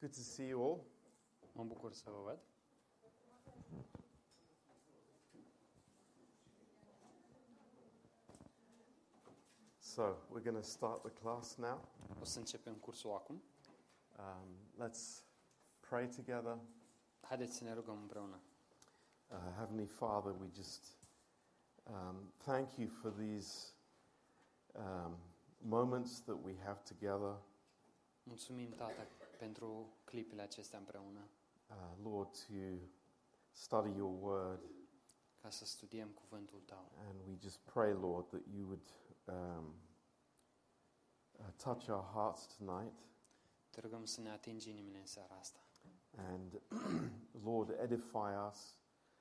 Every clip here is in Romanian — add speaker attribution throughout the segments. Speaker 1: Good to see you all.
Speaker 2: Mă bucur să vă văd.
Speaker 1: So, we're going to start the class now.
Speaker 2: O să începem cursul acum.
Speaker 1: Um, let's pray together.
Speaker 2: Haideți să ne rugăm împreună.
Speaker 1: Uh, Heavenly Father, we just um, thank you for these um, moments that we have together.
Speaker 2: Mulțumim, Tată, pentru clipile acestea împreună,
Speaker 1: Uh, Lord, to study your word.
Speaker 2: ca să studiem cuvântul Tău.
Speaker 1: And we just pray, Lord, that you would um, uh, touch our hearts tonight.
Speaker 2: Te rugăm să ne atingi inimile în seara asta.
Speaker 1: And, Lord, edify us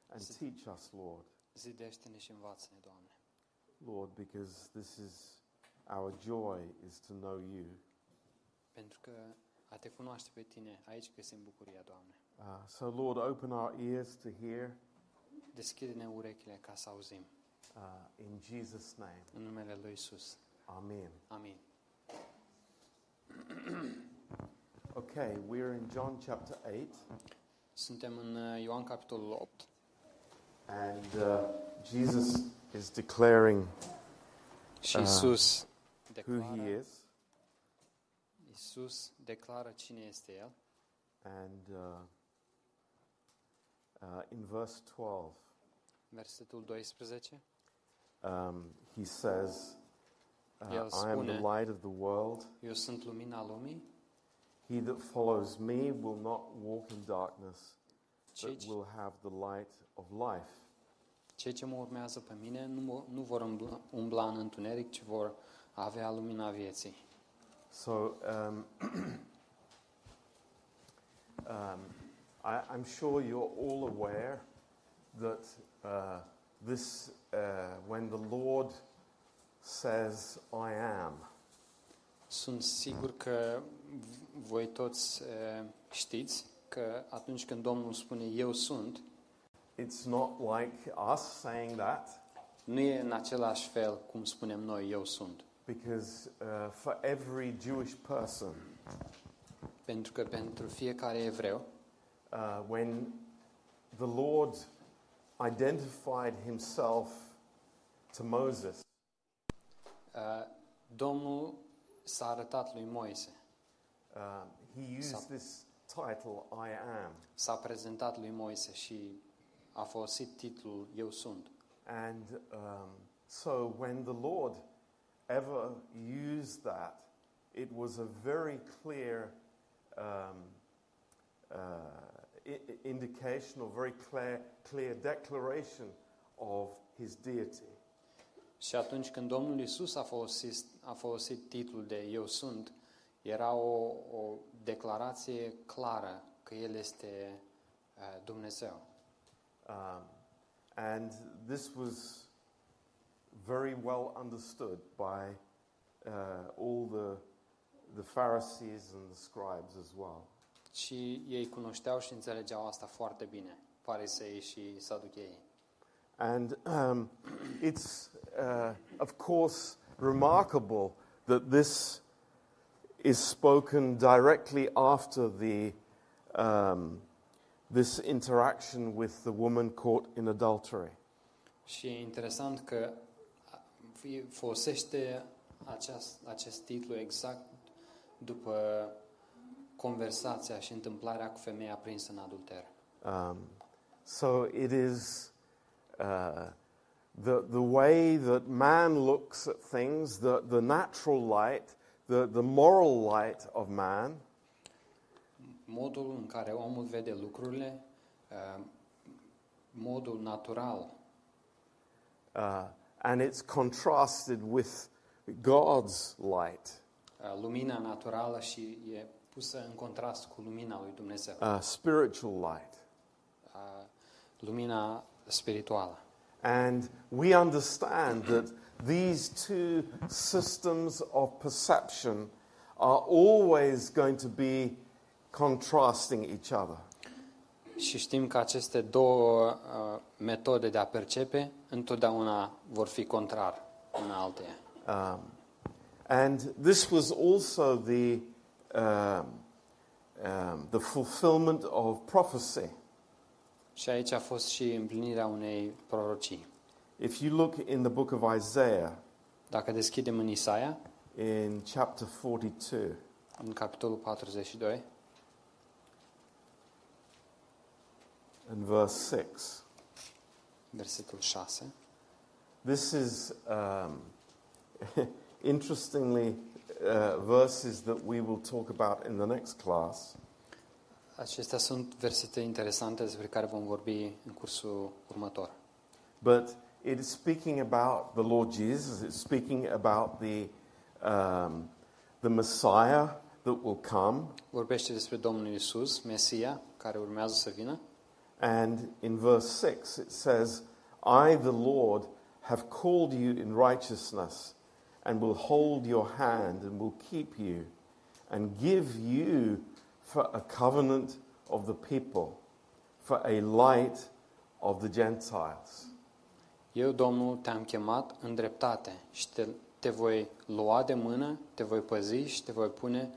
Speaker 1: and
Speaker 2: Yes.
Speaker 1: teach us, Lord.
Speaker 2: Zidește-ne și învață-ne, Doamne.
Speaker 1: Lord, because this is our joy is to know you.
Speaker 2: Pentru că a te cunoaște pe Tine, aici găsim bucuria, Doamne.
Speaker 1: Uh, so, Lord, open our ears to hear
Speaker 2: Deschide-ne urechile ca să auzim.
Speaker 1: uh, in Jesus' name.
Speaker 2: În numele Lui Isus.
Speaker 1: Amen.
Speaker 2: Amin.
Speaker 1: Okay, we're in John chapter 8,
Speaker 2: Suntem în uh, Ioan capitolul 8
Speaker 1: and uh, Jesus is declaring
Speaker 2: și
Speaker 1: Ah.
Speaker 2: Isus
Speaker 1: who he
Speaker 2: declară,
Speaker 1: is,
Speaker 2: Isus declară cine este El.
Speaker 1: and uh, uh, in verse 12,
Speaker 2: Versetul 12.
Speaker 1: um, he says, uh,
Speaker 2: El
Speaker 1: I am the
Speaker 2: spune-
Speaker 1: light of the world.
Speaker 2: Eu sunt lumina lumii,
Speaker 1: He that follows me will not walk in darkness,
Speaker 2: cei,
Speaker 1: but will have the light of life.
Speaker 2: cei ce mă urmează pe mine nu, mă- nu vor umbla, umbla în întuneric, ci vor avea lumina vieții.
Speaker 1: So um, um, I, I'm sure you're all aware that uh, this, uh, when the Lord says, I am,
Speaker 2: Sunt sigur că v- voi toți eh, știți că atunci când Domnul spune eu sunt,
Speaker 1: it's not like us saying that,
Speaker 2: nu e în același fel cum spunem noi eu sunt.
Speaker 1: because uh, for every Jewish person,
Speaker 2: Pentru că pentru fiecare evreu,
Speaker 1: uh, when the Lord identified himself to Moses,
Speaker 2: eh, Domnul s-a arătat lui Moise,
Speaker 1: um, he used
Speaker 2: Some-
Speaker 1: this title, I am.
Speaker 2: s-a prezentat lui Moise și a folosit titlul eu sunt.
Speaker 1: And um, so when the Lord ever used that, it was a very clear um, uh, i- i- indication or very clear, clear declaration of his deity.
Speaker 2: Și atunci când Domnul Isus a folosit, a folosit titlul de Eu sunt, era o, o declarație clară că El este uh, Dumnezeu.
Speaker 1: Um, and this was very well understood by uh, all the, the Pharisees and the scribes as well.
Speaker 2: Și ei cunoșteau și înțelegeau asta foarte bine, farisei și saducheii.
Speaker 1: And um, it's, uh, of course, remarkable that this is spoken directly after the, um, this interaction with the woman caught in adultery.
Speaker 2: Și e interesant că a- fie- folosește aceast, acest titlu exact după conversația și întâmplarea cu femeia prinsă în adulter.
Speaker 1: Um, so it is uh, the, the way that man looks at things, the, the natural light, the, the moral light of man,
Speaker 2: modul în care omul vede lucrurile, uh, modul natural
Speaker 1: uh, and it's contrasted with God's light,
Speaker 2: uh, lumina naturală și e pusă în contrast cu lumina lui Dumnezeu,
Speaker 1: uh, spiritual light.
Speaker 2: uh, lumina spirituală.
Speaker 1: And we understand that these two systems of perception are always going to be contrasting each other.
Speaker 2: Și știm că aceste două uh, metode de a percepe întotdeauna vor fi contrar în alteia.
Speaker 1: Um, and this was also the, um, um, the fulfillment of prophecy.
Speaker 2: Și aici a fost și împlinirea unei prorocii.
Speaker 1: If you look in the book of Isaiah,
Speaker 2: Dacă deschidem în Isaia,
Speaker 1: in chapter 42,
Speaker 2: în capitolul 42,
Speaker 1: and verse 6,
Speaker 2: versetul 6,
Speaker 1: this is um, interestingly uh, verses that we will talk about in the next class.
Speaker 2: acestea sunt versete interesante despre care vom vorbi în cursul următor.
Speaker 1: But it is speaking about the Lord Jesus. It's speaking about the, um, the Messiah that will come.
Speaker 2: Vorbește despre Domnul Isus, Mesia, care urmează să vină.
Speaker 1: And in verse 6, it says, I, the Lord, have called you in righteousness and will hold your hand and will keep you and give you for a covenant of the people, for a light of the Gentiles.
Speaker 2: Eu, Domnul, te-am chemat în dreptate și te, te voi lua de mână, te voi păzi și te voi pune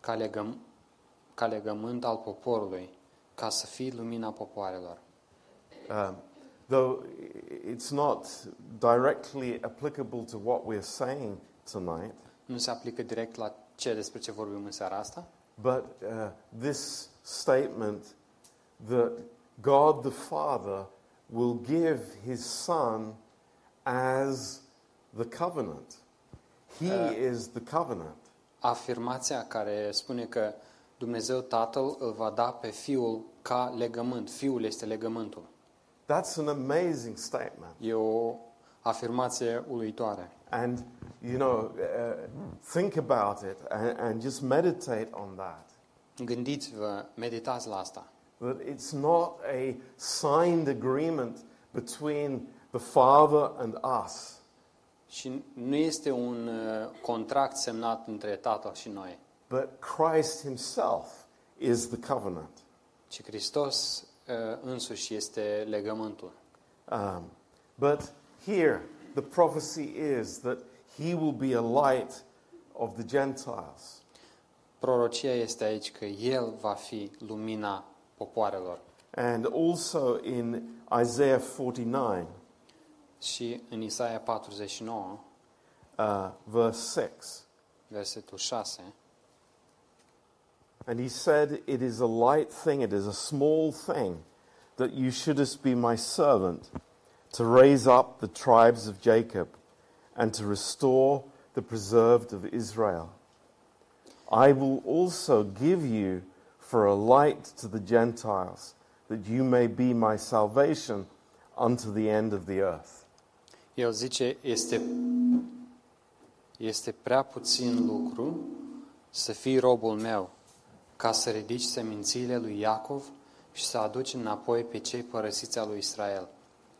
Speaker 2: ca, legăm, ca legământ al poporului, ca să fii lumina popoarelor.
Speaker 1: Um, though it's not directly applicable to what we're saying tonight,
Speaker 2: Nu se aplică direct la ce despre ce vorbim în seara asta,
Speaker 1: but uh, this statement that God the Father will give his Son as the covenant. He
Speaker 2: Uh,
Speaker 1: is the covenant.
Speaker 2: afirmația care spune că Dumnezeu Tatăl îl va da pe Fiul ca legământ. Fiul este legământul.
Speaker 1: That's an amazing statement.
Speaker 2: E o afirmație uluitoare.
Speaker 1: And, you know, uh, think about it and, and just meditate on that.
Speaker 2: Gândiți-vă, meditați la asta.
Speaker 1: That it's not a signed agreement between the Father and us.
Speaker 2: Și nu este un uh, contract semnat între Tatăl și noi,
Speaker 1: But Christ himself is the covenant.
Speaker 2: ci Hristos uh, însuși este legământul.
Speaker 1: Um, but here, the prophecy is that he will be a light of the Gentiles.
Speaker 2: Prorocia este aici că El va fi lumina popoarelor.
Speaker 1: And also in Isaiah 49,
Speaker 2: Și în Isaia 49,
Speaker 1: uh, verse 6,
Speaker 2: versetul 6,
Speaker 1: and he said, It is a light thing, it is a small thing, that you shouldest be my servant to raise up the tribes of Jacob and to restore the preserved of Israel. I will also give you for a light to the Gentiles, that you may be my salvation unto the end of the earth.
Speaker 2: El zice, este, este prea puțin lucru să fii robul meu, ca să ridici semințiile lui Iacov și să aduci înapoi pe cei părăsiți al lui Israel.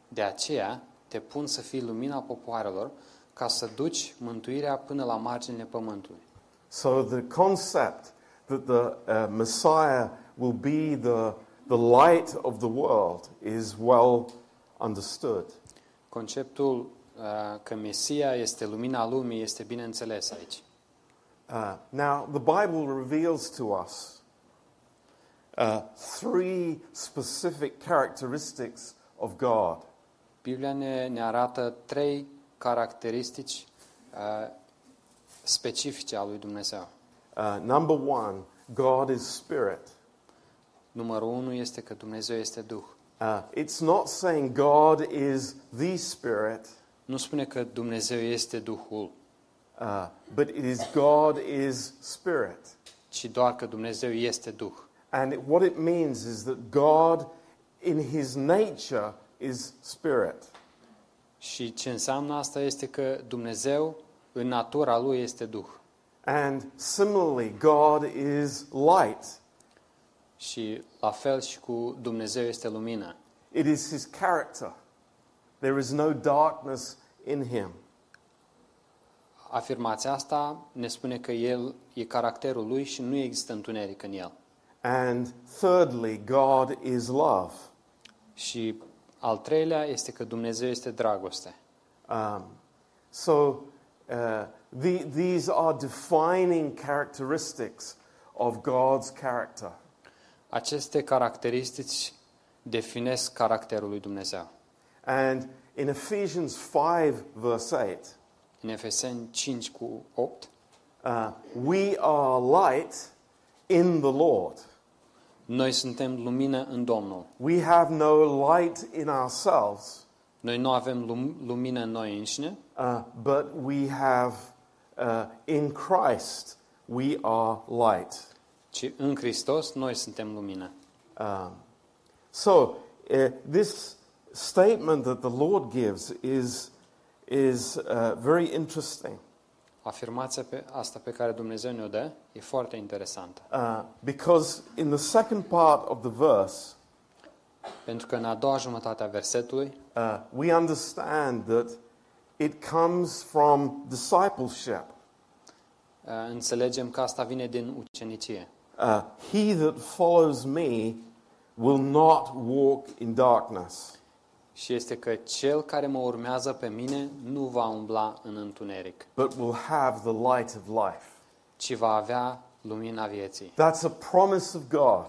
Speaker 2: De aceea te pun să fii lumina popoarelor, ca să duci mântuirea până la marginile pământului.
Speaker 1: So the concept that the uh, Messiah will be the, the light of the world is well understood.
Speaker 2: Conceptul uh, că Mesia este lumina lumii este bine înțeles aici.
Speaker 1: Uh, now, the Bible reveals to us uh, three specific characteristics of God.
Speaker 2: Biblia ne, ne arată trei caracteristici uh, specifice a lui Dumnezeu.
Speaker 1: Uh, number one, God is spirit.
Speaker 2: Numărul unu este că Dumnezeu este Duh.
Speaker 1: Uh, it's not saying God is the spirit,
Speaker 2: Nu spune că Dumnezeu este Duhul,
Speaker 1: uh, but it is God is spirit.
Speaker 2: ci doar că Dumnezeu este Duh.
Speaker 1: And it, what it means is that God, in his nature, is spirit.
Speaker 2: Și ce înseamnă asta este că Dumnezeu, în natura lui, este Duh.
Speaker 1: And similarly, God is light.
Speaker 2: Și la fel și cu Dumnezeu este lumină.
Speaker 1: It is his character. There is no darkness in him.
Speaker 2: Afirmația asta ne spune că El e caracterul lui și nu există întuneric în El.
Speaker 1: And thirdly, God is love.
Speaker 2: Și al treilea este că Dumnezeu este dragoste.
Speaker 1: Um, so uh, the, these are defining characteristics of God's character.
Speaker 2: Aceste caracteristici definesc caracterul lui Dumnezeu.
Speaker 1: And in Ephesians 5, verse 8,
Speaker 2: În Efeseni 5 cu 8,
Speaker 1: uh, we are light in the Lord.
Speaker 2: noi suntem lumină în Domnul.
Speaker 1: We have no light in ourselves,
Speaker 2: Noi nu avem lum- lumină în noi înșine,
Speaker 1: uh, but we have uh, in Christ, we are light.
Speaker 2: ci în Hristos noi suntem lumină.
Speaker 1: Um, so uh, this statement that the Lord gives is is uh, very interesting
Speaker 2: Afirmația pe asta pe care Dumnezeu ne-o dă e foarte interesantă.
Speaker 1: uh, because in the second part of the verse
Speaker 2: Pentru că în a doua jumătate a versetului eh,
Speaker 1: uh, we understand that it comes from discipleship.
Speaker 2: uh, înțelegem că asta vine din ucenicie.
Speaker 1: Uh, he that follows me will not walk in darkness,
Speaker 2: Și este că cel care mă urmează pe mine nu va umbla în întuneric,
Speaker 1: but will have the light of life.
Speaker 2: ci va avea lumina vieții.
Speaker 1: That's a promise of God.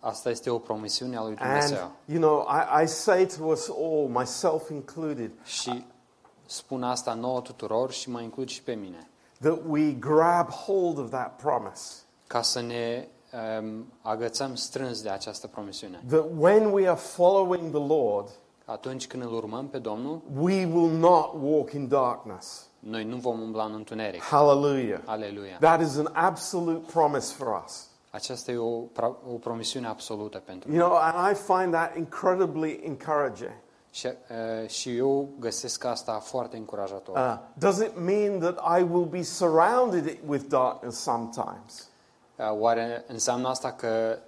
Speaker 2: Asta este o promisiune a lui
Speaker 1: And,
Speaker 2: Dumnezeu.
Speaker 1: you know, I, I say to us all, myself included,
Speaker 2: Și spun asta nouă tuturor și mă includ și pe mine,
Speaker 1: that we grab hold of that promise.
Speaker 2: ca să ne um, agățăm strâns de această promisiune.
Speaker 1: That when we are following the Lord,
Speaker 2: Atunci când îl urmăm pe Domnul,
Speaker 1: we will not walk in darkness.
Speaker 2: noi nu vom umbla în întuneric.
Speaker 1: Hallelujah.
Speaker 2: Aleluia!
Speaker 1: That is an absolute promise for us.
Speaker 2: Aceasta e o, pra- o promisiune absolută pentru
Speaker 1: You
Speaker 2: noi.
Speaker 1: know, and I find that incredibly encouraging.
Speaker 2: Și, uh, și eu găsesc asta foarte încurajator.
Speaker 1: Uh, does it mean that I will be surrounded with darkness sometimes?
Speaker 2: Uh, Oare înseamnă asta că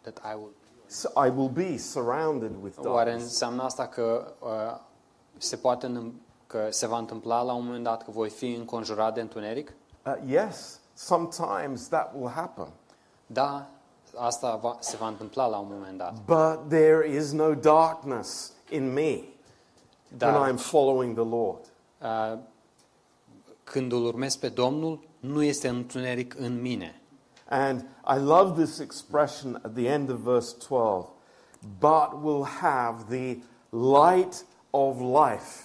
Speaker 2: that I will,
Speaker 1: So I will be surrounded with
Speaker 2: oare
Speaker 1: darkness.
Speaker 2: înseamnă asta că uh, se poate în- că se va întâmpla la un moment dat că voi fi înconjurat de întuneric?
Speaker 1: Uh, yes, sometimes that will happen.
Speaker 2: Da, asta va, se va întâmpla la un moment dat.
Speaker 1: But there is no darkness in me when
Speaker 2: Dar
Speaker 1: I'm following the Lord.
Speaker 2: uh, când îl urmez pe Domnul, nu este întuneric în mine.
Speaker 1: And I love this expression at the end of verse 12 but will have the light of life.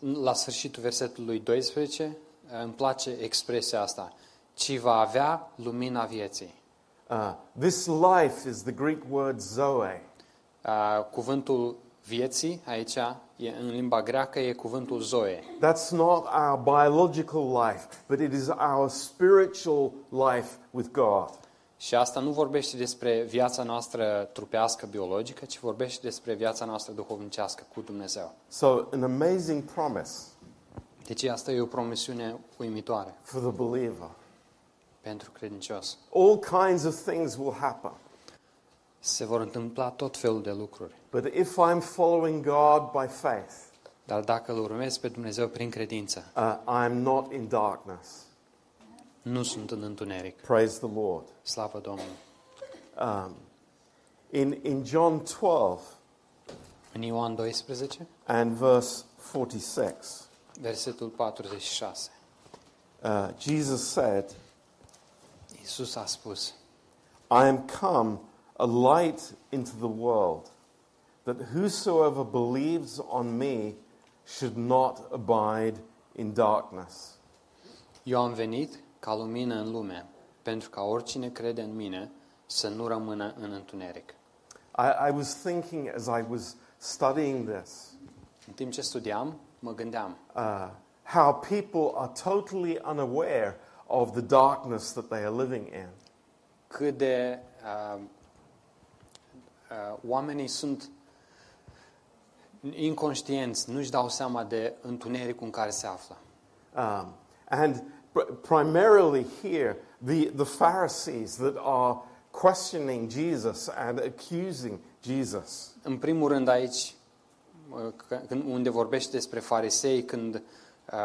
Speaker 2: La sfârșitul versetului 12 uh, îmi place expresia asta. Ci va avea lumina vieții.
Speaker 1: Uh, this life is the Greek word zoe.
Speaker 2: Uh, Cuvântul vieții aici, e, în limba greacă, e cuvântul zoe.
Speaker 1: That's not our biological life, but it is our spiritual life with God.
Speaker 2: Și asta nu vorbește despre viața noastră trupească, biologică, ci vorbește despre viața noastră duhovnicească cu Dumnezeu.
Speaker 1: So, an amazing promise
Speaker 2: Deci asta e o promisiune uimitoare
Speaker 1: for the believer.
Speaker 2: pentru credincios.
Speaker 1: All kinds of things will happen.
Speaker 2: Se vor întâmpla tot felul de lucruri.
Speaker 1: But if I'm following God by faith,
Speaker 2: Dar dacă îl urmezi pe Dumnezeu prin credință,
Speaker 1: uh, I'm not in darkness.
Speaker 2: nu sunt în întuneric.
Speaker 1: Praise the Lord.
Speaker 2: Slavă Domnului!
Speaker 1: Um, in, in John 12
Speaker 2: În Ioan 12,
Speaker 1: and verse 46,
Speaker 2: versetul 46,
Speaker 1: uh, Jesus said,
Speaker 2: Iisus a spus,
Speaker 1: I am come a light into the world, that whosoever believes on me should not abide in darkness.
Speaker 2: Eu am venit ca lumină în lume, pentru ca oricine crede în mine să nu rămână în întuneric.
Speaker 1: I, I was thinking as I was studying this
Speaker 2: În timp ce studiam, mă gândeam
Speaker 1: uh, how people are totally unaware of the darkness that they are living in.
Speaker 2: cât de uh, uh, oamenii sunt inconștienți, nu-și dau seama de întunericul în care se află.
Speaker 1: Um, and pr- primarily here, the, the Pharisees that are questioning Jesus and accusing Jesus.
Speaker 2: În primul rând aici, uh, că- când- unde vorbește despre farisei, când uh,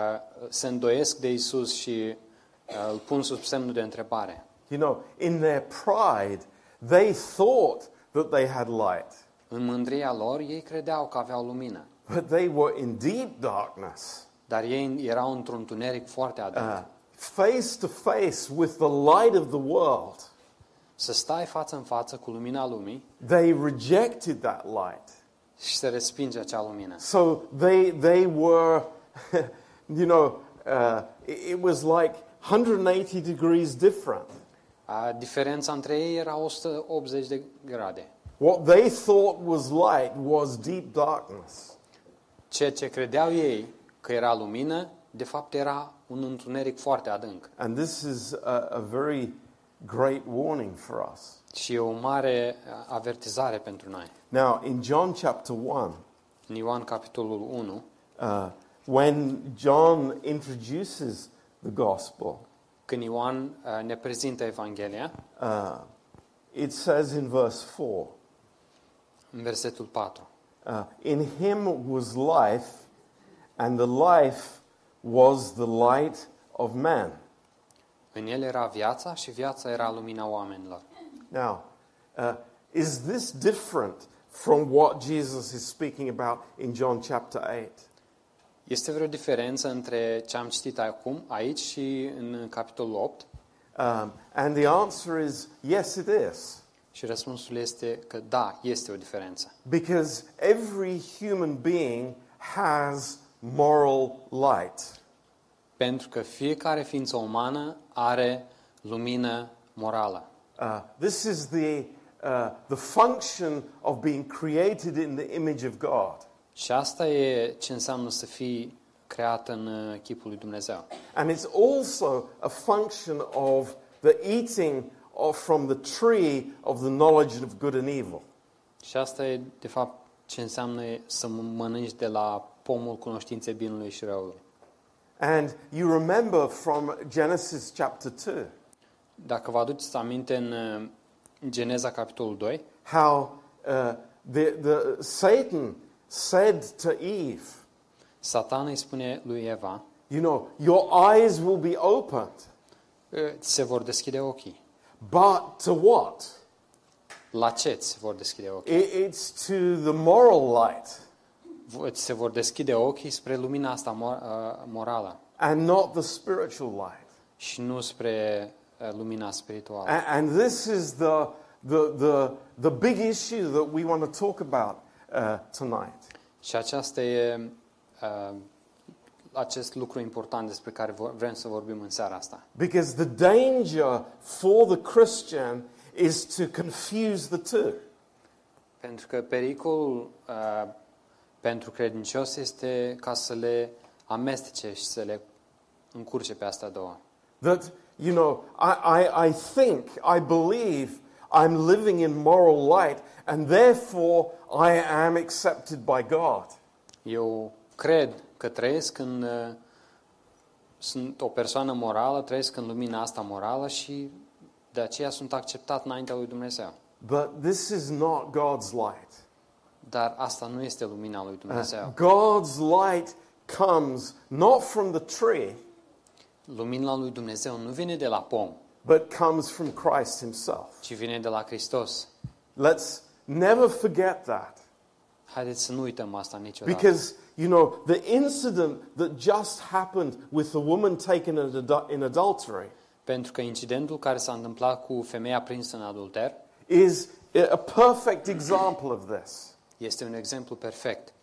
Speaker 2: se îndoiesc de Isus și uh, îl pun sub semnul de întrebare.
Speaker 1: You know, in their pride, they thought that they had light,
Speaker 2: În mândria lor, ei credeau că aveau lumină,
Speaker 1: but they were in deep darkness.
Speaker 2: dar ei erau într-un tuneric foarte adânc.
Speaker 1: Uh, face to face with the light of the world,
Speaker 2: Să stai față în față cu lumina lumii
Speaker 1: they rejected that light.
Speaker 2: și să respingi acea lumină.
Speaker 1: So they, they were, you know, uh, it, it was like 180 degrees different.
Speaker 2: A, diferența între ei era 180 de grade.
Speaker 1: What they thought was light was deep darkness.
Speaker 2: Ceea ce credeau ei că era lumină, de fapt era un întuneric foarte adânc.
Speaker 1: And this is a, a very great warning for us.
Speaker 2: Și e o mare a, avertizare pentru noi.
Speaker 1: Now, in John chapter 1,
Speaker 2: În Ioan capitolul 1,
Speaker 1: uh, when John introduces the gospel,
Speaker 2: când Ioan a, ne prezintă Evanghelia,
Speaker 1: uh, it says in verse 4
Speaker 2: în versetul 4.
Speaker 1: uh, In him was life, and the life was the light of man.
Speaker 2: În el era viața și viața era lumina oamenilor.
Speaker 1: Now, uh, is this different from what Jesus is speaking about in John chapter 8?
Speaker 2: Este vreo diferență între ce am citit acum aici și în capitolul 8?
Speaker 1: Um, and the answer is yes, it is.
Speaker 2: Și răspunsul este că da, este o diferență.
Speaker 1: Because every human being has moral light.
Speaker 2: Pentru că fiecare ființă umană are lumină morală.
Speaker 1: Uh, this is the, uh, the function of being created in the image of God.
Speaker 2: Și asta e ce înseamnă să fii creat în uh, chipul lui Dumnezeu.
Speaker 1: And it's also a function of the eating of, from the tree of the knowledge of good and evil.
Speaker 2: Și asta e, de fapt, ce înseamnă să mănânci de la pomul cunoștinței binului și răului.
Speaker 1: And you remember from Genesis chapter 2
Speaker 2: Dacă vă aduceți aminte în uh, Geneza, capitolul 2,
Speaker 1: how uh, the, the, Satan said to Eve,
Speaker 2: Satan îi spune lui Eva,
Speaker 1: You know, your eyes will be opened,
Speaker 2: Ă, "Ți se vor deschide ochii.
Speaker 1: but to what?
Speaker 2: La ce ți se vor deschide ochii?
Speaker 1: I- It's to the moral light
Speaker 2: V- Ți se vor deschide ochii spre lumina asta mo- uh, morală
Speaker 1: and not the spiritual light.
Speaker 2: și nu spre uh, lumina spirituală.
Speaker 1: A- And this is the, the, the, the big issue that we want to talk about uh, tonight.
Speaker 2: Și aceasta e uh, acest lucru important despre care vor- vrem să vorbim în seara asta.
Speaker 1: Because the danger for the Christian is to confuse the two.
Speaker 2: Pentru că pericolul uh, pentru credincios este ca să le amestece și să le încurce pe astea două.
Speaker 1: That, you know, I, I, I think, I believe I'm living in moral light, and therefore I am accepted by God.
Speaker 2: Eu cred că trăiesc în... uh, Sunt o persoană morală, trăiesc în lumina asta morală și de aceea sunt acceptat înaintea lui Dumnezeu.
Speaker 1: But this is not God's light.
Speaker 2: Dar asta nu este lumina lui
Speaker 1: Ah,
Speaker 2: Dumnezeu.
Speaker 1: God's light comes not from the tree,
Speaker 2: Lumina lui Dumnezeu nu vine de la pom,
Speaker 1: but comes from Christ Himself.
Speaker 2: ci vine de la Hristos.
Speaker 1: Let's never forget that.
Speaker 2: Haideți să nu uităm asta niciodată.
Speaker 1: Because, you know, the incident that just happened with the woman taken in adul- in adultery
Speaker 2: Pentru că incidentul care s-a întâmplat cu femeia prinsă în adulter
Speaker 1: is a perfect example of this.
Speaker 2: este un exemplu perfect.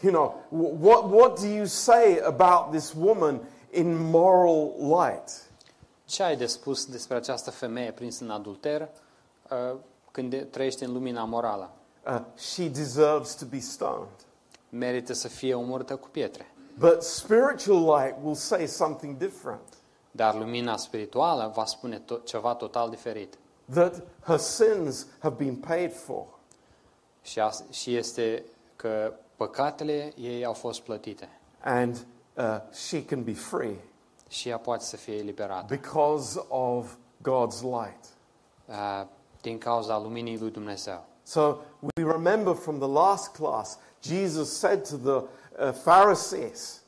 Speaker 1: You know, wh- what, what do you say about this woman in moral light?
Speaker 2: Ce ai de spus despre această femeie prinsă în adulter uh, când e- trăiește în lumina morală?
Speaker 1: Uh, she deserves to be stoned.
Speaker 2: Merită să fie omorâtă cu pietre.
Speaker 1: But spiritual light will say something different.
Speaker 2: Dar lumina spirituală va spune to- ceva total diferit.
Speaker 1: That her sins have been paid for.
Speaker 2: Și, as- și este că păcatele ei au fost plătite
Speaker 1: and uh, she can be free
Speaker 2: și ea poate să fie eliberată
Speaker 1: because of God's light.
Speaker 2: uh, din cauza luminii lui Dumnezeu.
Speaker 1: So we remember from the last class, Jesus said to the uh, Pharisees,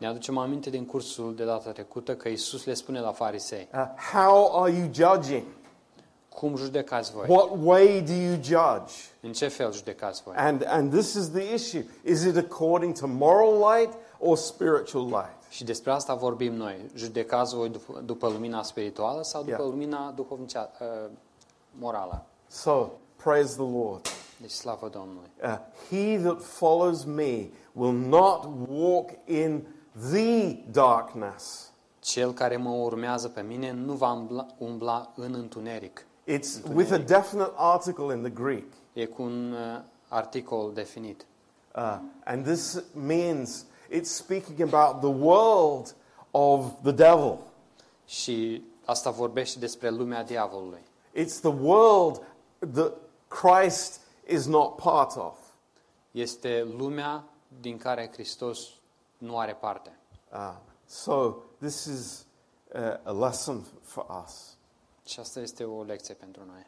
Speaker 2: Ne aducem aminte din cursul de data trecută că Isus le spune la farisei,
Speaker 1: uh, How are you judging?
Speaker 2: cum judecați voi?
Speaker 1: What way do you judge?
Speaker 2: În ce fel judecați voi?
Speaker 1: And, and this is the issue. Is it according to moral light or spiritual light?
Speaker 2: Și despre asta vorbim noi. Judecați voi după, după lumina spirituală sau după
Speaker 1: Yeah.
Speaker 2: lumina duhovnicea, uh, morală?
Speaker 1: So, praise the Lord.
Speaker 2: Deci slavă Domnului.
Speaker 1: Uh, he that follows me will not walk in the darkness.
Speaker 2: Cel care mă urmează pe mine nu va umbla, umbla în întuneric.
Speaker 1: It's with a definite article in the Greek.
Speaker 2: E cu un uh, articol definit.
Speaker 1: Uh, and this means it's speaking about the world of the devil.
Speaker 2: Și asta vorbește despre lumea diavolului.
Speaker 1: It's the world that Christ is not part of.
Speaker 2: Este lumea din care Hristos nu are parte.
Speaker 1: Uh, so this is uh, a lesson for us.
Speaker 2: Și asta este o lecție pentru noi.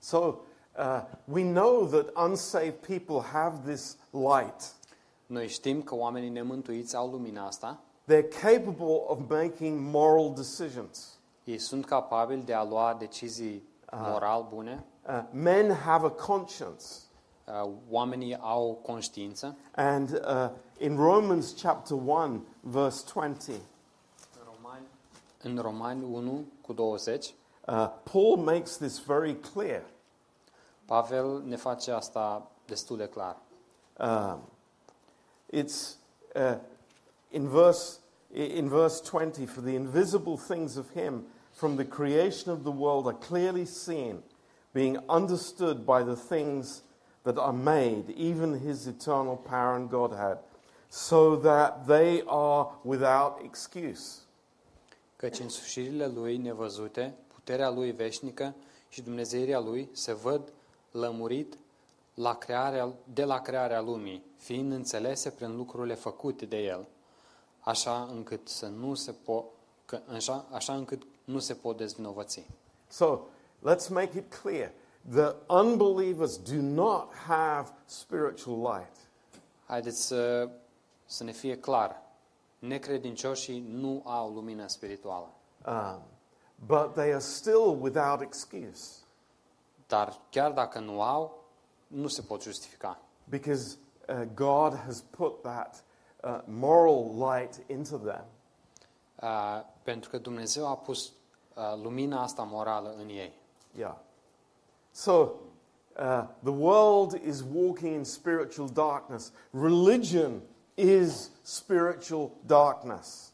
Speaker 1: So uh, we know that unsaved people have this light.
Speaker 2: Noi știm că oamenii nemântuiți au lumina asta.
Speaker 1: They're capable of making moral decisions.
Speaker 2: Ei sunt capabili de a lua decizii moral bune.
Speaker 1: Uh, men have a conscience.
Speaker 2: Uh, Oamenii au conștiință.
Speaker 1: And uh, in Romans chapter 1, verse 20,
Speaker 2: În Romani 1 cu 20,
Speaker 1: uh, Paul makes this very clear.
Speaker 2: Pavel ne face asta destul de clar.
Speaker 1: Um, it's uh, in, verse, in verse 20 For the invisible things of him from the creation of the world are clearly seen, being understood by the things that are made, even his eternal power and Godhead, so that they are without excuse.
Speaker 2: Căci însușirile lui nevăzute, puterea lui veșnică și Dumnezeirea lui se văd lămurit la crearea, de la crearea lumii, fiind înțelese prin lucrurile făcute de el, așa încât, să nu se po, că, așa, așa încât nu se pot dezvinovăți.
Speaker 1: So let's make it clear the unbelievers do not have spiritual light.
Speaker 2: Haideți să, să ne fie clar, necredincioșii nu au lumină spirituală,
Speaker 1: Um, but they are still without excuse
Speaker 2: dar chiar dacă nu au, nu se pot justifica.
Speaker 1: because uh, God has put that uh, moral light into them.
Speaker 2: Uh, pentru că Dumnezeu a pus uh, lumina asta morală în ei.
Speaker 1: Yeah. So uh, the world is walking in spiritual darkness. Religion is spiritual darkness.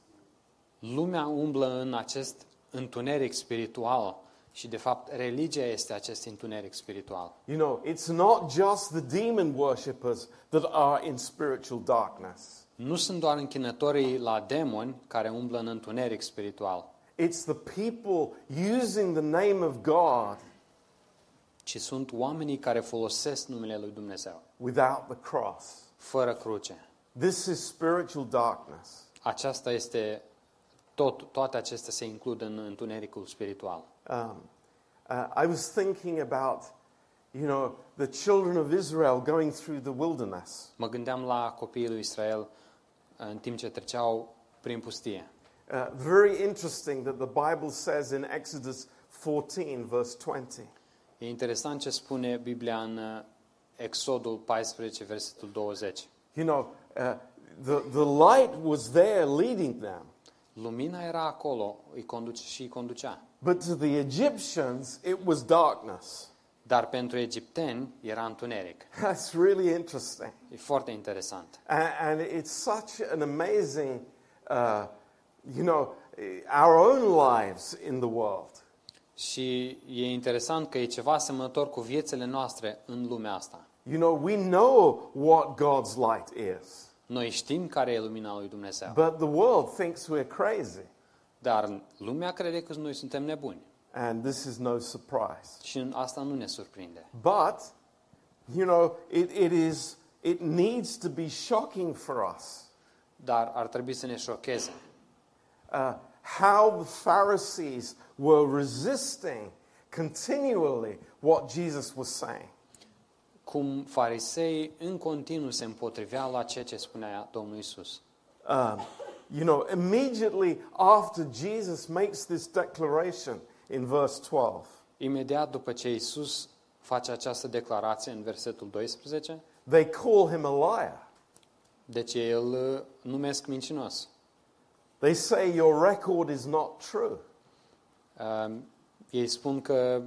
Speaker 2: Lumea umblă în acest întuneric spiritual și, de fapt, religia este acest întuneric spiritual.
Speaker 1: You know, it's not just the demon worshippers that are in spiritual darkness.
Speaker 2: Nu sunt doar închinătorii la demoni care umblă în întuneric spiritual,
Speaker 1: It's the people using the name of God
Speaker 2: ci sunt oamenii care folosesc numele lui Dumnezeu,
Speaker 1: without the cross.
Speaker 2: fără cruce.
Speaker 1: This is spiritual darkness.
Speaker 2: Aceasta este tot, toate acestea se includ în întunericul spiritual.
Speaker 1: Um, uh, I was thinking about, you know, the children of Israel going through the wilderness.
Speaker 2: Mă gândeam la copiii lui Israel uh, în timp ce treceau prin pustie.
Speaker 1: Uh, very interesting that the Bible says in Exodus 14, verse 20.
Speaker 2: E interesant ce spune Biblia în uh, Exodul 14, versetul 20.
Speaker 1: You know, uh, the, the light was there leading them.
Speaker 2: Lumina era acolo îi conduce, și îi conducea.
Speaker 1: But to the Egyptians, it was darkness.
Speaker 2: Dar pentru egipteni era întuneric.
Speaker 1: That's really interesting.
Speaker 2: E foarte interesant.
Speaker 1: And, and it's such an amazing, uh, you know, eh, our own lives in the world.
Speaker 2: Și e interesant că e ceva asemănător cu viețile noastre în lumea asta.
Speaker 1: You know, we know what God's light is,
Speaker 2: Noi știm care e lumina lui Dumnezeu,
Speaker 1: but the world thinks we're crazy.
Speaker 2: dar lumea crede că noi suntem nebuni.
Speaker 1: And this is no surprise.
Speaker 2: Și în asta nu ne surprinde.
Speaker 1: But, you know, it, it is, it needs to be shocking for us.
Speaker 2: Dar ar trebui să ne șocheze
Speaker 1: uh, how the Pharisees were resisting continually what Jesus was saying.
Speaker 2: cum farisei în continuu se împotriveau la ceea ce spunea Domnul Isus.
Speaker 1: Um, you know, immediately after Jesus makes this declaration in verse 12,
Speaker 2: Imediat după ce Isus face această declarație în versetul 12,
Speaker 1: they call him a liar.
Speaker 2: deci ei îl uh, numesc mincinos.
Speaker 1: They say your record is not true.
Speaker 2: Uh, ei spun că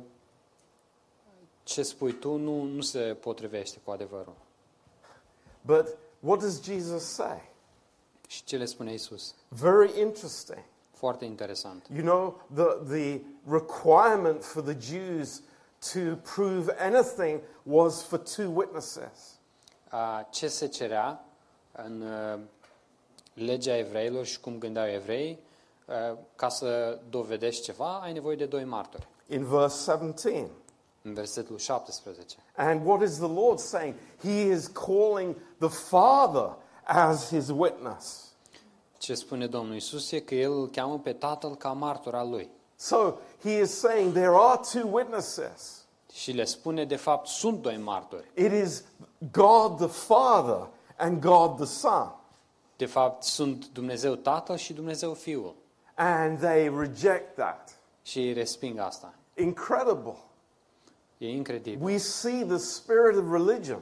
Speaker 2: ce spui tu nu, nu se potrivește cu adevărul.
Speaker 1: But what does Jesus say?
Speaker 2: Și ce le spune Isus?
Speaker 1: Very interesting.
Speaker 2: Foarte interesant.
Speaker 1: You know, the, the requirement for the Jews to prove anything was for two witnesses.
Speaker 2: A, ce se cerea în uh, legea evreilor și cum gândeau evrei, uh, ca să dovedești ceva, ai nevoie de doi martori.
Speaker 1: In verse 17,
Speaker 2: În versetul 17.
Speaker 1: And what is the Lord saying? He is calling the Father as his witness.
Speaker 2: Ce spune Domnul Isus e că El îl cheamă pe Tatăl ca martor al Lui.
Speaker 1: So he is saying there are two witnesses.
Speaker 2: Și le spune, de fapt, sunt doi martori.
Speaker 1: It is God the Father and God the Son.
Speaker 2: De fapt, sunt Dumnezeu Tatăl și Dumnezeu Fiul.
Speaker 1: And they reject that.
Speaker 2: Și ei resping asta.
Speaker 1: Incredible.
Speaker 2: E incredibil.
Speaker 1: We see the spirit of religion,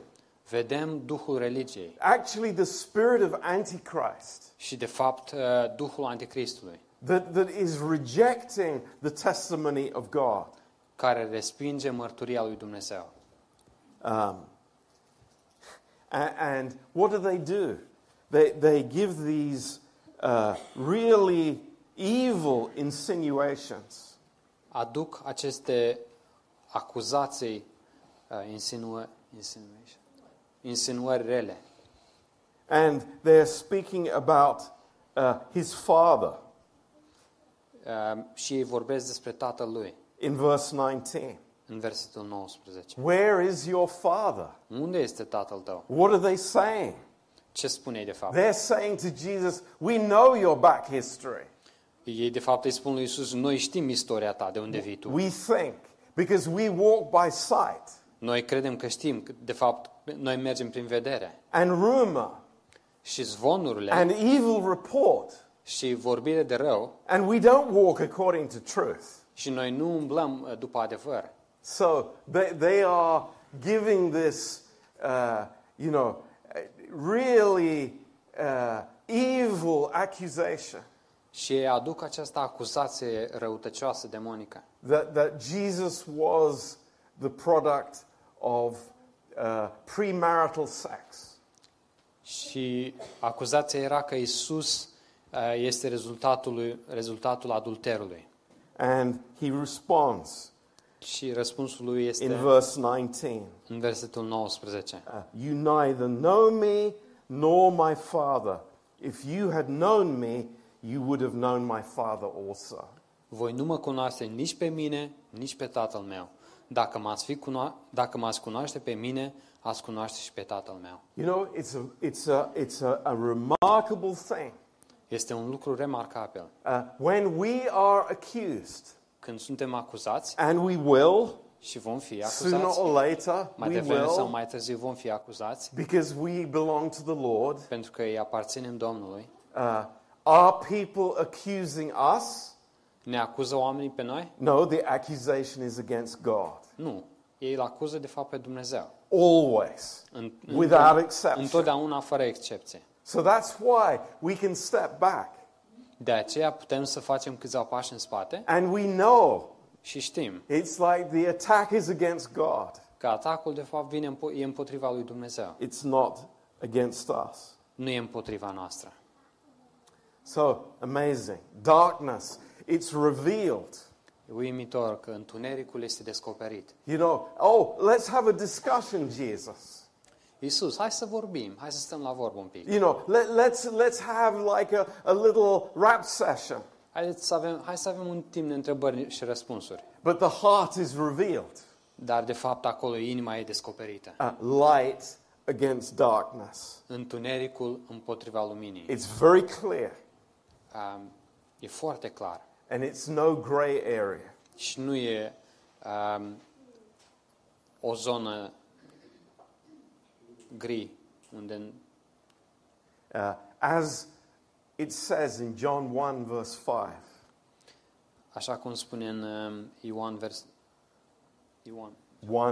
Speaker 2: Vedem Duhul religiei
Speaker 1: actually, the spirit of Antichrist,
Speaker 2: și, de fapt, uh, Duhul Anticristului,
Speaker 1: that, that is rejecting the testimony of God.
Speaker 2: care respinge mărturia lui Dumnezeu.
Speaker 1: Um, a- and what do they do? They, they give these uh, really evil insinuations.
Speaker 2: Aduc aceste acuzații, uh, insinuă, insinuation, insinuări rele.
Speaker 1: And they're speaking about uh, his father
Speaker 2: Uh, și ei vorbesc despre Tatăl lui
Speaker 1: in verse 19.
Speaker 2: în versetul 19.
Speaker 1: Where is your father?
Speaker 2: Unde este Tatăl tău?
Speaker 1: What are they saying?
Speaker 2: Ce spune ei de fapt?
Speaker 1: They're saying to Jesus, We know your back history.
Speaker 2: Ei de fapt îi spun lui Iisus, noi știm istoria ta, de unde vii tu.
Speaker 1: We think, because we walk by sight
Speaker 2: Noi credem că știm, că, de fapt noi mergem prin vedere.
Speaker 1: and rumor
Speaker 2: Și zvonurile
Speaker 1: and evil report.
Speaker 2: și vorbire de rău
Speaker 1: And we don't walk according to truth.
Speaker 2: și noi nu umblăm uh, după adevăr.
Speaker 1: So they, they are giving this, uh, you know, really uh, evil accusation
Speaker 2: Și ei aduc această acuzație răutăcioasă demonică.
Speaker 1: that, that Jesus was the product of uh, premarital sex.
Speaker 2: Și acuzația era că Iisus uh, este rezultatul, lui- rezultatul adulterului.
Speaker 1: And he responds
Speaker 2: Și răspunsul lui este
Speaker 1: in verse 19
Speaker 2: în versetul 19.
Speaker 1: uh, You neither know me nor my Father. If you had known me, you would have known my Father also.
Speaker 2: Voi nu mă cunoaște nici pe mine, nici pe tatăl meu. Dacă m-ați, fi cuno- dacă m-ați cunoaște pe mine, ați cunoaște și pe tatăl meu.
Speaker 1: You know, it's a, it's a, it's a, a remarkable thing.
Speaker 2: Este un lucru remarcabil.
Speaker 1: Uh, when we are accused,
Speaker 2: Când suntem acuzați
Speaker 1: and we will,
Speaker 2: și vom fi
Speaker 1: sooner
Speaker 2: acuzați,
Speaker 1: or later,
Speaker 2: mai
Speaker 1: we
Speaker 2: devreme sau
Speaker 1: will,
Speaker 2: mai târziu vom fi acuzați,
Speaker 1: because we belong to the Lord,
Speaker 2: pentru că îi aparținem Domnului,
Speaker 1: uh, are people accusing us?
Speaker 2: ne acuză oamenii pe noi?
Speaker 1: No, the accusation is against God.
Speaker 2: Nu. Ei îl acuză de fapt pe Dumnezeu.
Speaker 1: Always.
Speaker 2: În,
Speaker 1: Without exception.
Speaker 2: întotdeauna fără excepție.
Speaker 1: So that's why we can step back
Speaker 2: De aceea putem să facem câțiva pași în spate
Speaker 1: and we know
Speaker 2: și știm
Speaker 1: it's like the attack is against God,
Speaker 2: că atacul de fapt vine împo- e împotriva lui Dumnezeu.
Speaker 1: it's not against us.
Speaker 2: nu e împotriva noastră.
Speaker 1: So amazing. Darkness, it's revealed.
Speaker 2: E uimitor că întunericul este descoperit.
Speaker 1: You know, oh, let's have a discussion, Jesus.
Speaker 2: Iisus, hai să vorbim, hai să stăm la vorbă un pic.
Speaker 1: You know, let, let's, let's have like a, a little rap session.
Speaker 2: Haideți să avem, hai să avem un timp de întrebări și răspunsuri.
Speaker 1: But the heart is revealed.
Speaker 2: Dar, de fapt, acolo inima e descoperită.
Speaker 1: Uh, light against darkness.
Speaker 2: Întunericul împotriva luminii.
Speaker 1: It's very clear
Speaker 2: Um, e foarte clar.
Speaker 1: and it's no gray area.
Speaker 2: Și nu e um, o zonă gri unde
Speaker 1: Uh, as it says in John 1, verse 5,
Speaker 2: Așa cum spune în um, Ioan, vers... Ioan,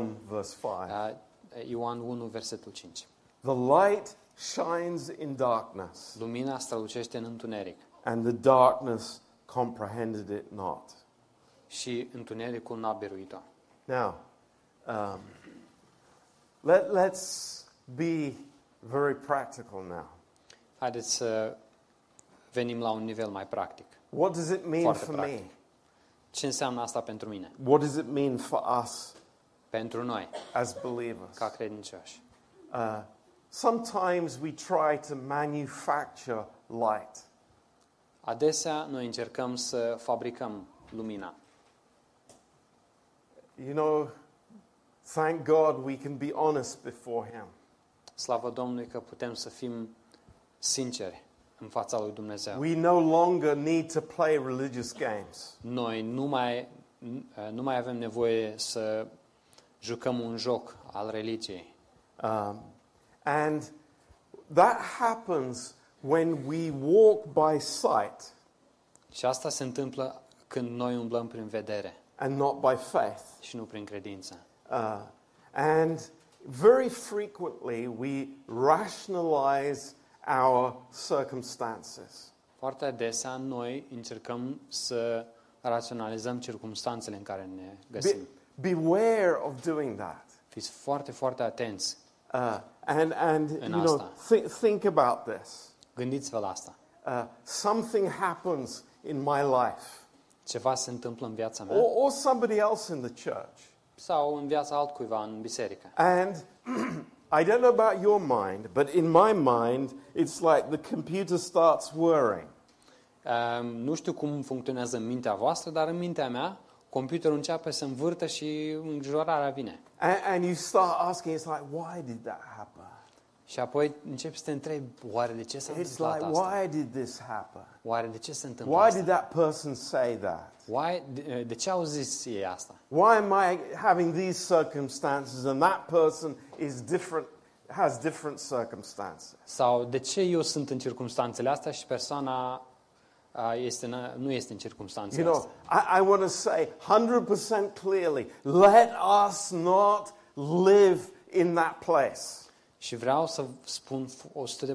Speaker 1: 1, verse 5,
Speaker 2: uh, Ioan 1, versetul 5.
Speaker 1: the light shines in darkness,
Speaker 2: Lumina strălucește în întuneric
Speaker 1: and the darkness comprehended it not.
Speaker 2: și întunericul n-a biruit-o.
Speaker 1: Now, um, let, let's be very practical now.
Speaker 2: Haideți să venim la un nivel mai practic.
Speaker 1: What does it mean
Speaker 2: Foarte
Speaker 1: for me?
Speaker 2: practic. Ce înseamnă asta pentru mine?
Speaker 1: What does it mean for us
Speaker 2: Pentru noi,
Speaker 1: as believers?
Speaker 2: ca credincioși.
Speaker 1: Uh, sometimes we try to manufacture light.
Speaker 2: Adesea noi încercăm să fabricăm lumina.
Speaker 1: You know, thank God we can be honest before Him.
Speaker 2: Slavă Domnului că putem să fim sinceri în fața lui Dumnezeu.
Speaker 1: We no longer need to play religious games.
Speaker 2: Noi nu mai, nu mai avem nevoie să jucăm un joc al religiei.
Speaker 1: Um, and that happens when we walk by sight
Speaker 2: Și asta se întâmplă când noi umblăm prin vedere
Speaker 1: and not by faith.
Speaker 2: și nu prin credință.
Speaker 1: Uh, and very frequently we rationalize our circumstances.
Speaker 2: Foarte adesea noi încercăm să raționalizăm circumstanțele în care ne
Speaker 1: Be-
Speaker 2: găsim.
Speaker 1: beware of doing that.
Speaker 2: Fiți foarte, foarte atenți.
Speaker 1: Uh, and and you
Speaker 2: În
Speaker 1: know, thi- think about this.
Speaker 2: Gândiți-vă la asta.
Speaker 1: Uh, something happens in my life,
Speaker 2: Ceva se întâmplă în viața
Speaker 1: or,
Speaker 2: mea
Speaker 1: or somebody else in the church,
Speaker 2: sau în viața altcuiva în biserică.
Speaker 1: and I don't know about your mind, but in my mind, it's like the computer starts whirring.
Speaker 2: Um, Nu știu cum funcționează în mintea voastră, dar în mintea mea computerul începe să învârtă și îngrijorarea vine.
Speaker 1: And, and you start asking, it's like, why did that happen?
Speaker 2: Și apoi începi să te întrebi, oare de ce s-a
Speaker 1: It's
Speaker 2: întâmplat
Speaker 1: like,
Speaker 2: asta?
Speaker 1: why did this happen?
Speaker 2: Oare de ce se întâmplă
Speaker 1: Why
Speaker 2: asta?
Speaker 1: did that person say that?
Speaker 2: Why, de, de ce au zis ei asta?
Speaker 1: Why am I having these circumstances and that person is different, has different circumstances?
Speaker 2: Sau de ce eu sunt în circumstanțele astea și persoana a, este în, nu este în
Speaker 1: You
Speaker 2: circumstanțele
Speaker 1: know, I,
Speaker 2: astea?
Speaker 1: I want to say 100% clearly let us not live in that place.
Speaker 2: Și vreau să spun f-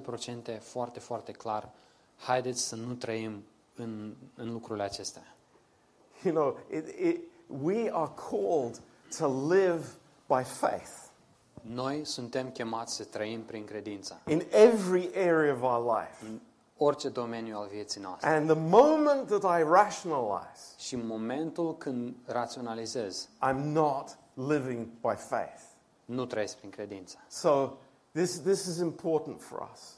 Speaker 2: 100% foarte, foarte clar, haideți să nu trăim în, în lucrurile acestea.
Speaker 1: You know, it, it, we are called to live by faith
Speaker 2: Noi suntem chemați să trăim prin credință.
Speaker 1: in every area of our life.
Speaker 2: Orice domeniu al vieții noastre.
Speaker 1: And the moment that I rationalize,
Speaker 2: Și în momentul când raționalizez,
Speaker 1: I'm not living by faith.
Speaker 2: nu trăiesc prin credință.
Speaker 1: So this, this is important for us.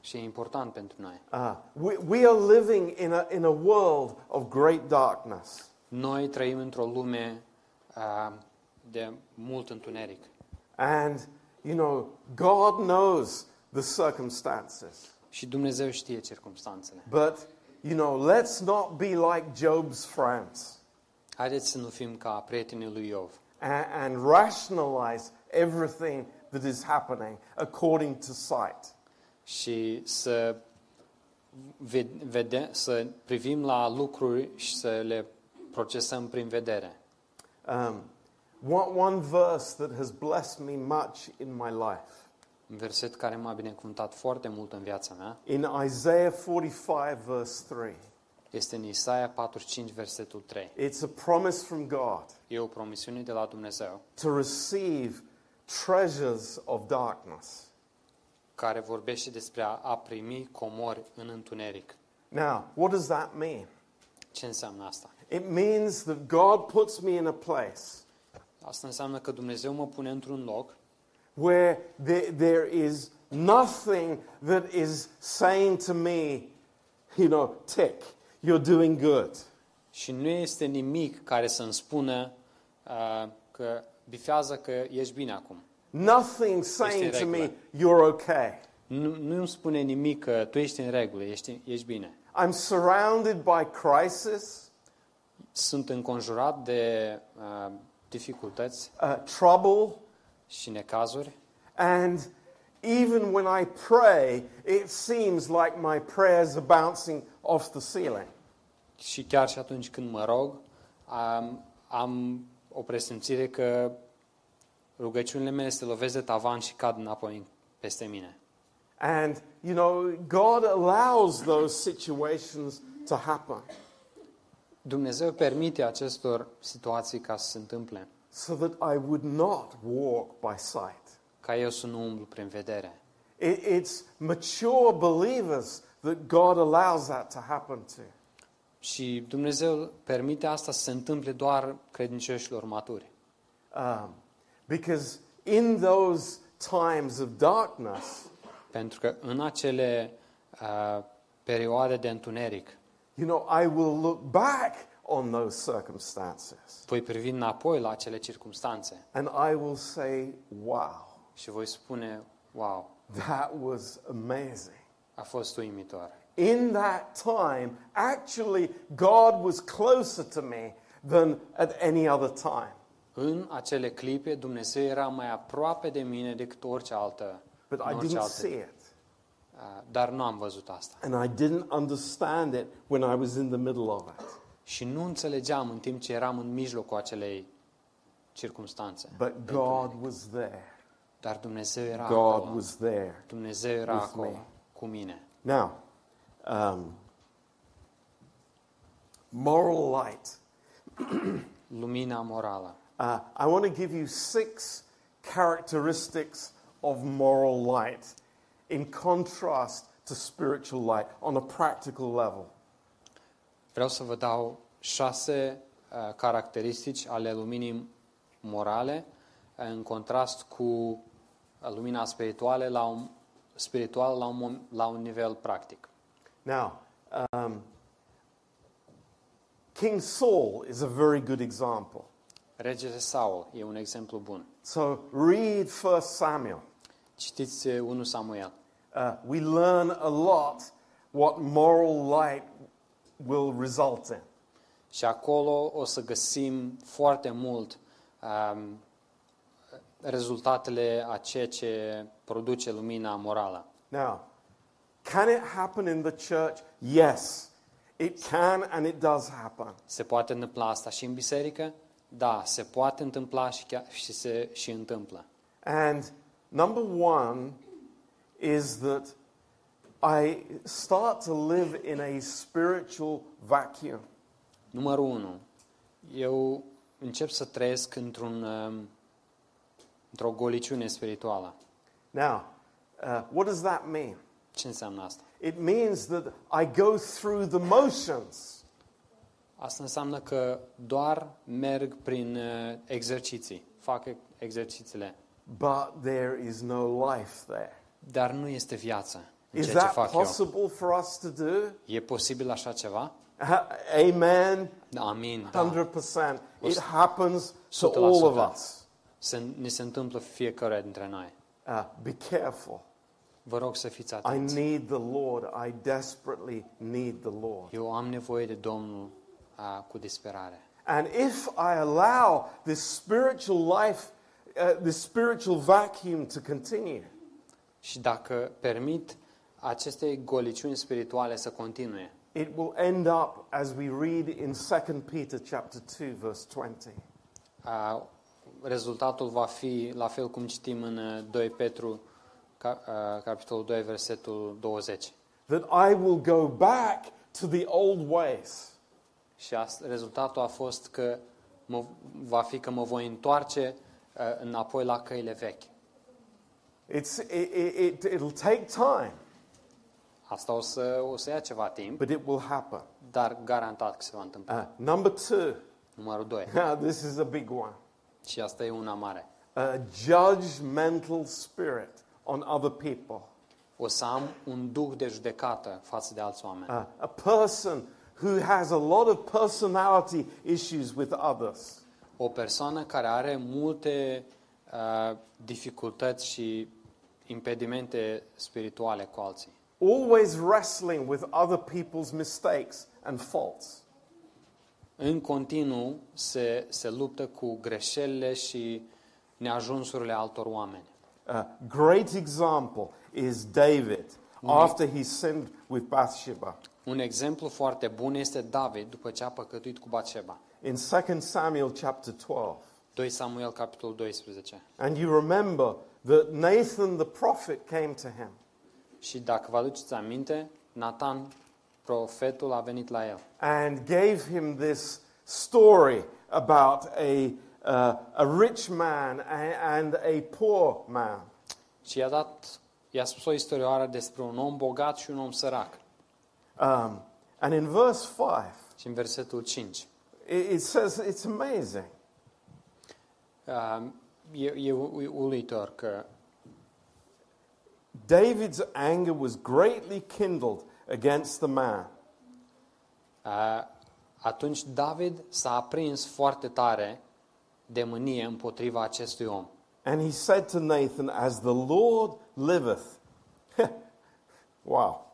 Speaker 2: Și e important pentru noi.
Speaker 1: Uh, we, we are living in a, in a world of great darkness.
Speaker 2: Noi trăim într-o lume uh, de mult întuneric.
Speaker 1: And, you know, God knows the circumstances.
Speaker 2: Și Dumnezeu știe circumstanțele.
Speaker 1: But, you know, let's not be like Job's friends
Speaker 2: Haideți să nu fim ca prietenii lui Iov,
Speaker 1: and, and rationalize everything that is happening according to sight.
Speaker 2: și să, ve- vede, să privim la lucruri și să le procesăm prin vedere.
Speaker 1: Um, one, one verse that has blessed me much in my life
Speaker 2: Un verset care m-a binecuvântat foarte mult în viața mea
Speaker 1: In Isaiah 45, verse 3,
Speaker 2: este în Isaia 45, versetul 3.
Speaker 1: it's a promise from God
Speaker 2: E o promisiune de la Dumnezeu
Speaker 1: to receive treasures of darkness.
Speaker 2: care vorbește despre a, a primi comori în întuneric.
Speaker 1: Now, what does that mean?
Speaker 2: Ce înseamnă asta?
Speaker 1: It means that God puts me in a place
Speaker 2: Asta înseamnă că Dumnezeu mă pune într-un loc
Speaker 1: where there, there is nothing that is saying to me, you know, tick, you're doing good.
Speaker 2: Și nu este nimic care să-mi spună uh, că bifează că ești bine acum.
Speaker 1: Nothing saying to me,
Speaker 2: regulă.
Speaker 1: you're okay.
Speaker 2: Nu, nu îmi spune nimic că tu ești în regulă, ești, ești bine.
Speaker 1: I'm surrounded by crisis,
Speaker 2: Sunt înconjurat de uh, dificultăți
Speaker 1: uh, trouble,
Speaker 2: și necazuri
Speaker 1: And even when I pray, it seems like my prayers are bouncing off the ceiling.
Speaker 2: și chiar și atunci când mă rog, am, am o presimțire că rugăciunile mele se lovesc de tavan și cad înapoi peste mine.
Speaker 1: And, you know, God allows those situations to happen
Speaker 2: Dumnezeu permite acestor situații ca să se întâmple,
Speaker 1: so that I would not walk by sight.
Speaker 2: ca eu să nu umblu prin vedere.
Speaker 1: It, it's mature believers that God allows that to happen to.
Speaker 2: Și Dumnezeu permite asta să se întâmple doar credincioșilor maturi.
Speaker 1: Um, because in those times of darkness,
Speaker 2: Pentru că în acele uh, perioade de întuneric,
Speaker 1: you know, I will look back on those circumstances
Speaker 2: voi privi înapoi la acele circumstanțe
Speaker 1: and I will say, wow,
Speaker 2: și voi spune, wow,
Speaker 1: that was amazing.
Speaker 2: a fost uimitor.
Speaker 1: In that time, actually, God was closer to me than at any other time.
Speaker 2: În acele clipe, Dumnezeu era mai aproape de mine decât orice altă.
Speaker 1: But I
Speaker 2: în orice
Speaker 1: didn't
Speaker 2: altă-
Speaker 1: see it.
Speaker 2: Uh, Dar nu am văzut asta.
Speaker 1: And I didn't understand it when I was in the middle of it.
Speaker 2: Și nu înțelegeam în timp ce eram în mijlocul acelei circumstanțe.
Speaker 1: But God was there.
Speaker 2: Dar Dumnezeu era
Speaker 1: God
Speaker 2: acolo.
Speaker 1: was there.
Speaker 2: Dumnezeu era
Speaker 1: with
Speaker 2: acolo
Speaker 1: me.
Speaker 2: cu mine.
Speaker 1: Now, um, moral light.
Speaker 2: Lumina morală.
Speaker 1: Uh, I want to give you six characteristics of moral light in contrast to spiritual light on a practical level.
Speaker 2: Vreau să vă dau șase uh, caracteristici ale luminii morale ah, în contrast cu ah, lumina spirituală la un, spiritual la un, mom- la un nivel practic.
Speaker 1: Now, um, King Saul is a very good example.
Speaker 2: Regele Saul e un exemplu bun.
Speaker 1: So read 1 Samuel.
Speaker 2: Citiți uh, 1 Samuel.
Speaker 1: Uh, we learn a lot what moral light will result in.
Speaker 2: Și acolo o să găsim foarte mult um, rezultatele a ceea ce produce lumina morală.
Speaker 1: Now, can it happen in the church? Yes, it can and it does happen.
Speaker 2: Se poate întâmpla asta și în biserică? Da, se poate întâmpla și, chiar, și se și întâmplă.
Speaker 1: And number one is that I start to live in a spiritual vacuum.
Speaker 2: Numărul 1. Eu încep să trăiesc într-un, um, într-o goliciune spirituală.
Speaker 1: Now, uh, what does that mean?
Speaker 2: Ce înseamnă asta?
Speaker 1: It means that I go through the motions.
Speaker 2: Asta înseamnă că doar merg prin uh, exerciții, fac exercițiile,
Speaker 1: But there is no life there.
Speaker 2: dar nu este viață în
Speaker 1: Is
Speaker 2: ceea ce
Speaker 1: that
Speaker 2: fac eu.
Speaker 1: possible for us to do?
Speaker 2: E posibil așa ceva?
Speaker 1: Amen.
Speaker 2: Da, Amin. Da.
Speaker 1: 100%. It
Speaker 2: Was-
Speaker 1: happens to all of
Speaker 2: 100%.
Speaker 1: us.
Speaker 2: Se, ni se întâmplă fiecare dintre noi.
Speaker 1: Uh, be careful.
Speaker 2: Vă rog să fiți
Speaker 1: I
Speaker 2: atenți.
Speaker 1: need the Lord. I desperately need the Lord.
Speaker 2: Eu am nevoie de Domnul a, cu disperare.
Speaker 1: And if I allow this spiritual life, uh, this spiritual vacuum to continue,
Speaker 2: Și dacă permit aceste goliciuni spirituale să continue,
Speaker 1: it will end up as we read in 2 Peter chapter 2 verse 20.
Speaker 2: a, rezultatul va fi la fel cum citim în a, 2 Petru, ca, a, capitolul 2, versetul 20.
Speaker 1: That I will go back to the old ways.
Speaker 2: Și asta, rezultatul a fost că mă, va fi că mă voi întoarce a, înapoi la căile vechi.
Speaker 1: It's, it, it, it, it'll take time,
Speaker 2: Asta o să, o să ia ceva timp,
Speaker 1: but it will happen.
Speaker 2: dar garantat că se va întâmpla.
Speaker 1: Uh, number two,
Speaker 2: Numărul 2.
Speaker 1: now this is a big one.
Speaker 2: Și asta e una mare.
Speaker 1: a judgmental spirit on other people.
Speaker 2: O să am un duh de judecată față de alți oameni.
Speaker 1: Uh, a person who has a lot of personality issues with others.
Speaker 2: O persoană care are multe uh, dificultăți și impedimente spirituale cu alții.
Speaker 1: Always wrestling with other people's mistakes and faults.
Speaker 2: În continuu se, se luptă cu greșelile și neajunsurile altor oameni.
Speaker 1: A Uh, great example is David after he sinned with Bathsheba.
Speaker 2: Un exemplu foarte bun este David după ce a păcătuit cu Batseba.
Speaker 1: In 2 Samuel chapter 12.
Speaker 2: 2 Samuel, capitolul 12.
Speaker 1: And you remember that Nathan the prophet came to him
Speaker 2: Și dacă vă aduceți aminte, Nathan, profetul, a venit la el
Speaker 1: and gave him this story about a, uh, a rich man a- and a poor man.
Speaker 2: și i-a dat, i-a spus o istorioară despre un om bogat și un om sărac.
Speaker 1: Um, and in verse 5,
Speaker 2: Și în versetul 5.
Speaker 1: it, it says it's amazing.
Speaker 2: Uh, e, e u- u- uluitor că
Speaker 1: David's anger was greatly kindled against the man.
Speaker 2: uh, atunci David s-a aprins foarte tare de mânie împotriva acestui om.
Speaker 1: And he said to Nathan, As the Lord liveth, wow,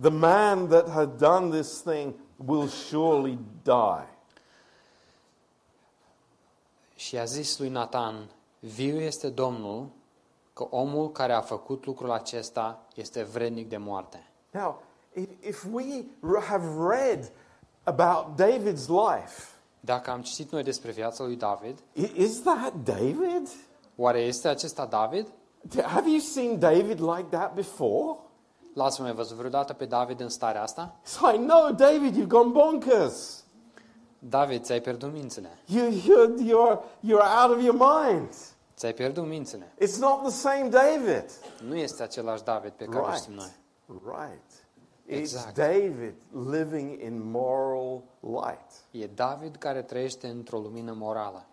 Speaker 1: the man that had done this thing will surely die.
Speaker 2: Și a zis lui Nathan, viu este Domnul, că omul care a făcut lucrul acesta este vrednic de moarte.
Speaker 1: Now, if, if we r- have read about David's life,
Speaker 2: Dacă am citit noi despre viața lui David,
Speaker 1: i- is that David?
Speaker 2: oare este acesta David?
Speaker 1: D- Have you seen David like that before?
Speaker 2: L-ați mai văzut vreodată pe David în starea asta?
Speaker 1: It's like, no, David, you've gone bonkers.
Speaker 2: David, ți-ai pierdut mințile.
Speaker 1: You, you're, you're, you're out of your mind.
Speaker 2: Ți-ai pierdut mințile.
Speaker 1: It's not the same David.
Speaker 2: Nu este același David pe care îl știm noi.
Speaker 1: Right. It's
Speaker 2: Exact.
Speaker 1: David living in moral light.
Speaker 2: E David care trăiește într-o lumină morală.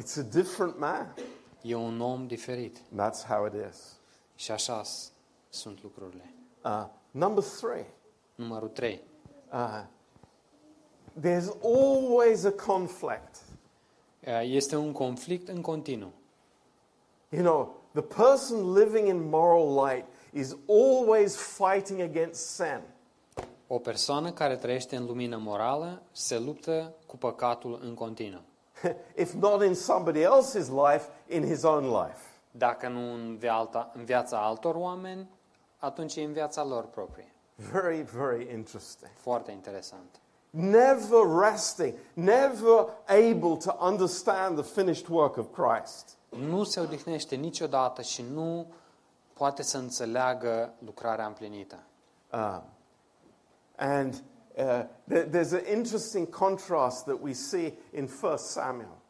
Speaker 1: It's a different man.
Speaker 2: E un om diferit.
Speaker 1: And that's how it is.
Speaker 2: Și așa s- sunt lucrurile.
Speaker 1: Uh, number three.
Speaker 2: Numărul 3.
Speaker 1: Uh, there's always a conflict.
Speaker 2: Este un conflict în continuu.
Speaker 1: You know, the person living in moral light is always fighting against sin.
Speaker 2: O persoană care trăiește în lumină morală se luptă cu păcatul în continuu.
Speaker 1: if not in somebody else's life, in his own life.
Speaker 2: Dacă nu în viața, în viața altor oameni, atunci e în viața lor proprie.
Speaker 1: Very, very interesting.
Speaker 2: Foarte interesant.
Speaker 1: Never resting, never able to understand the finished work of Christ.
Speaker 2: Nu se odihnește niciodată și nu poate să înțeleagă lucrarea împlinită.
Speaker 1: Um, and uh, there- there's an interesting contrast that we see in 1 Samuel.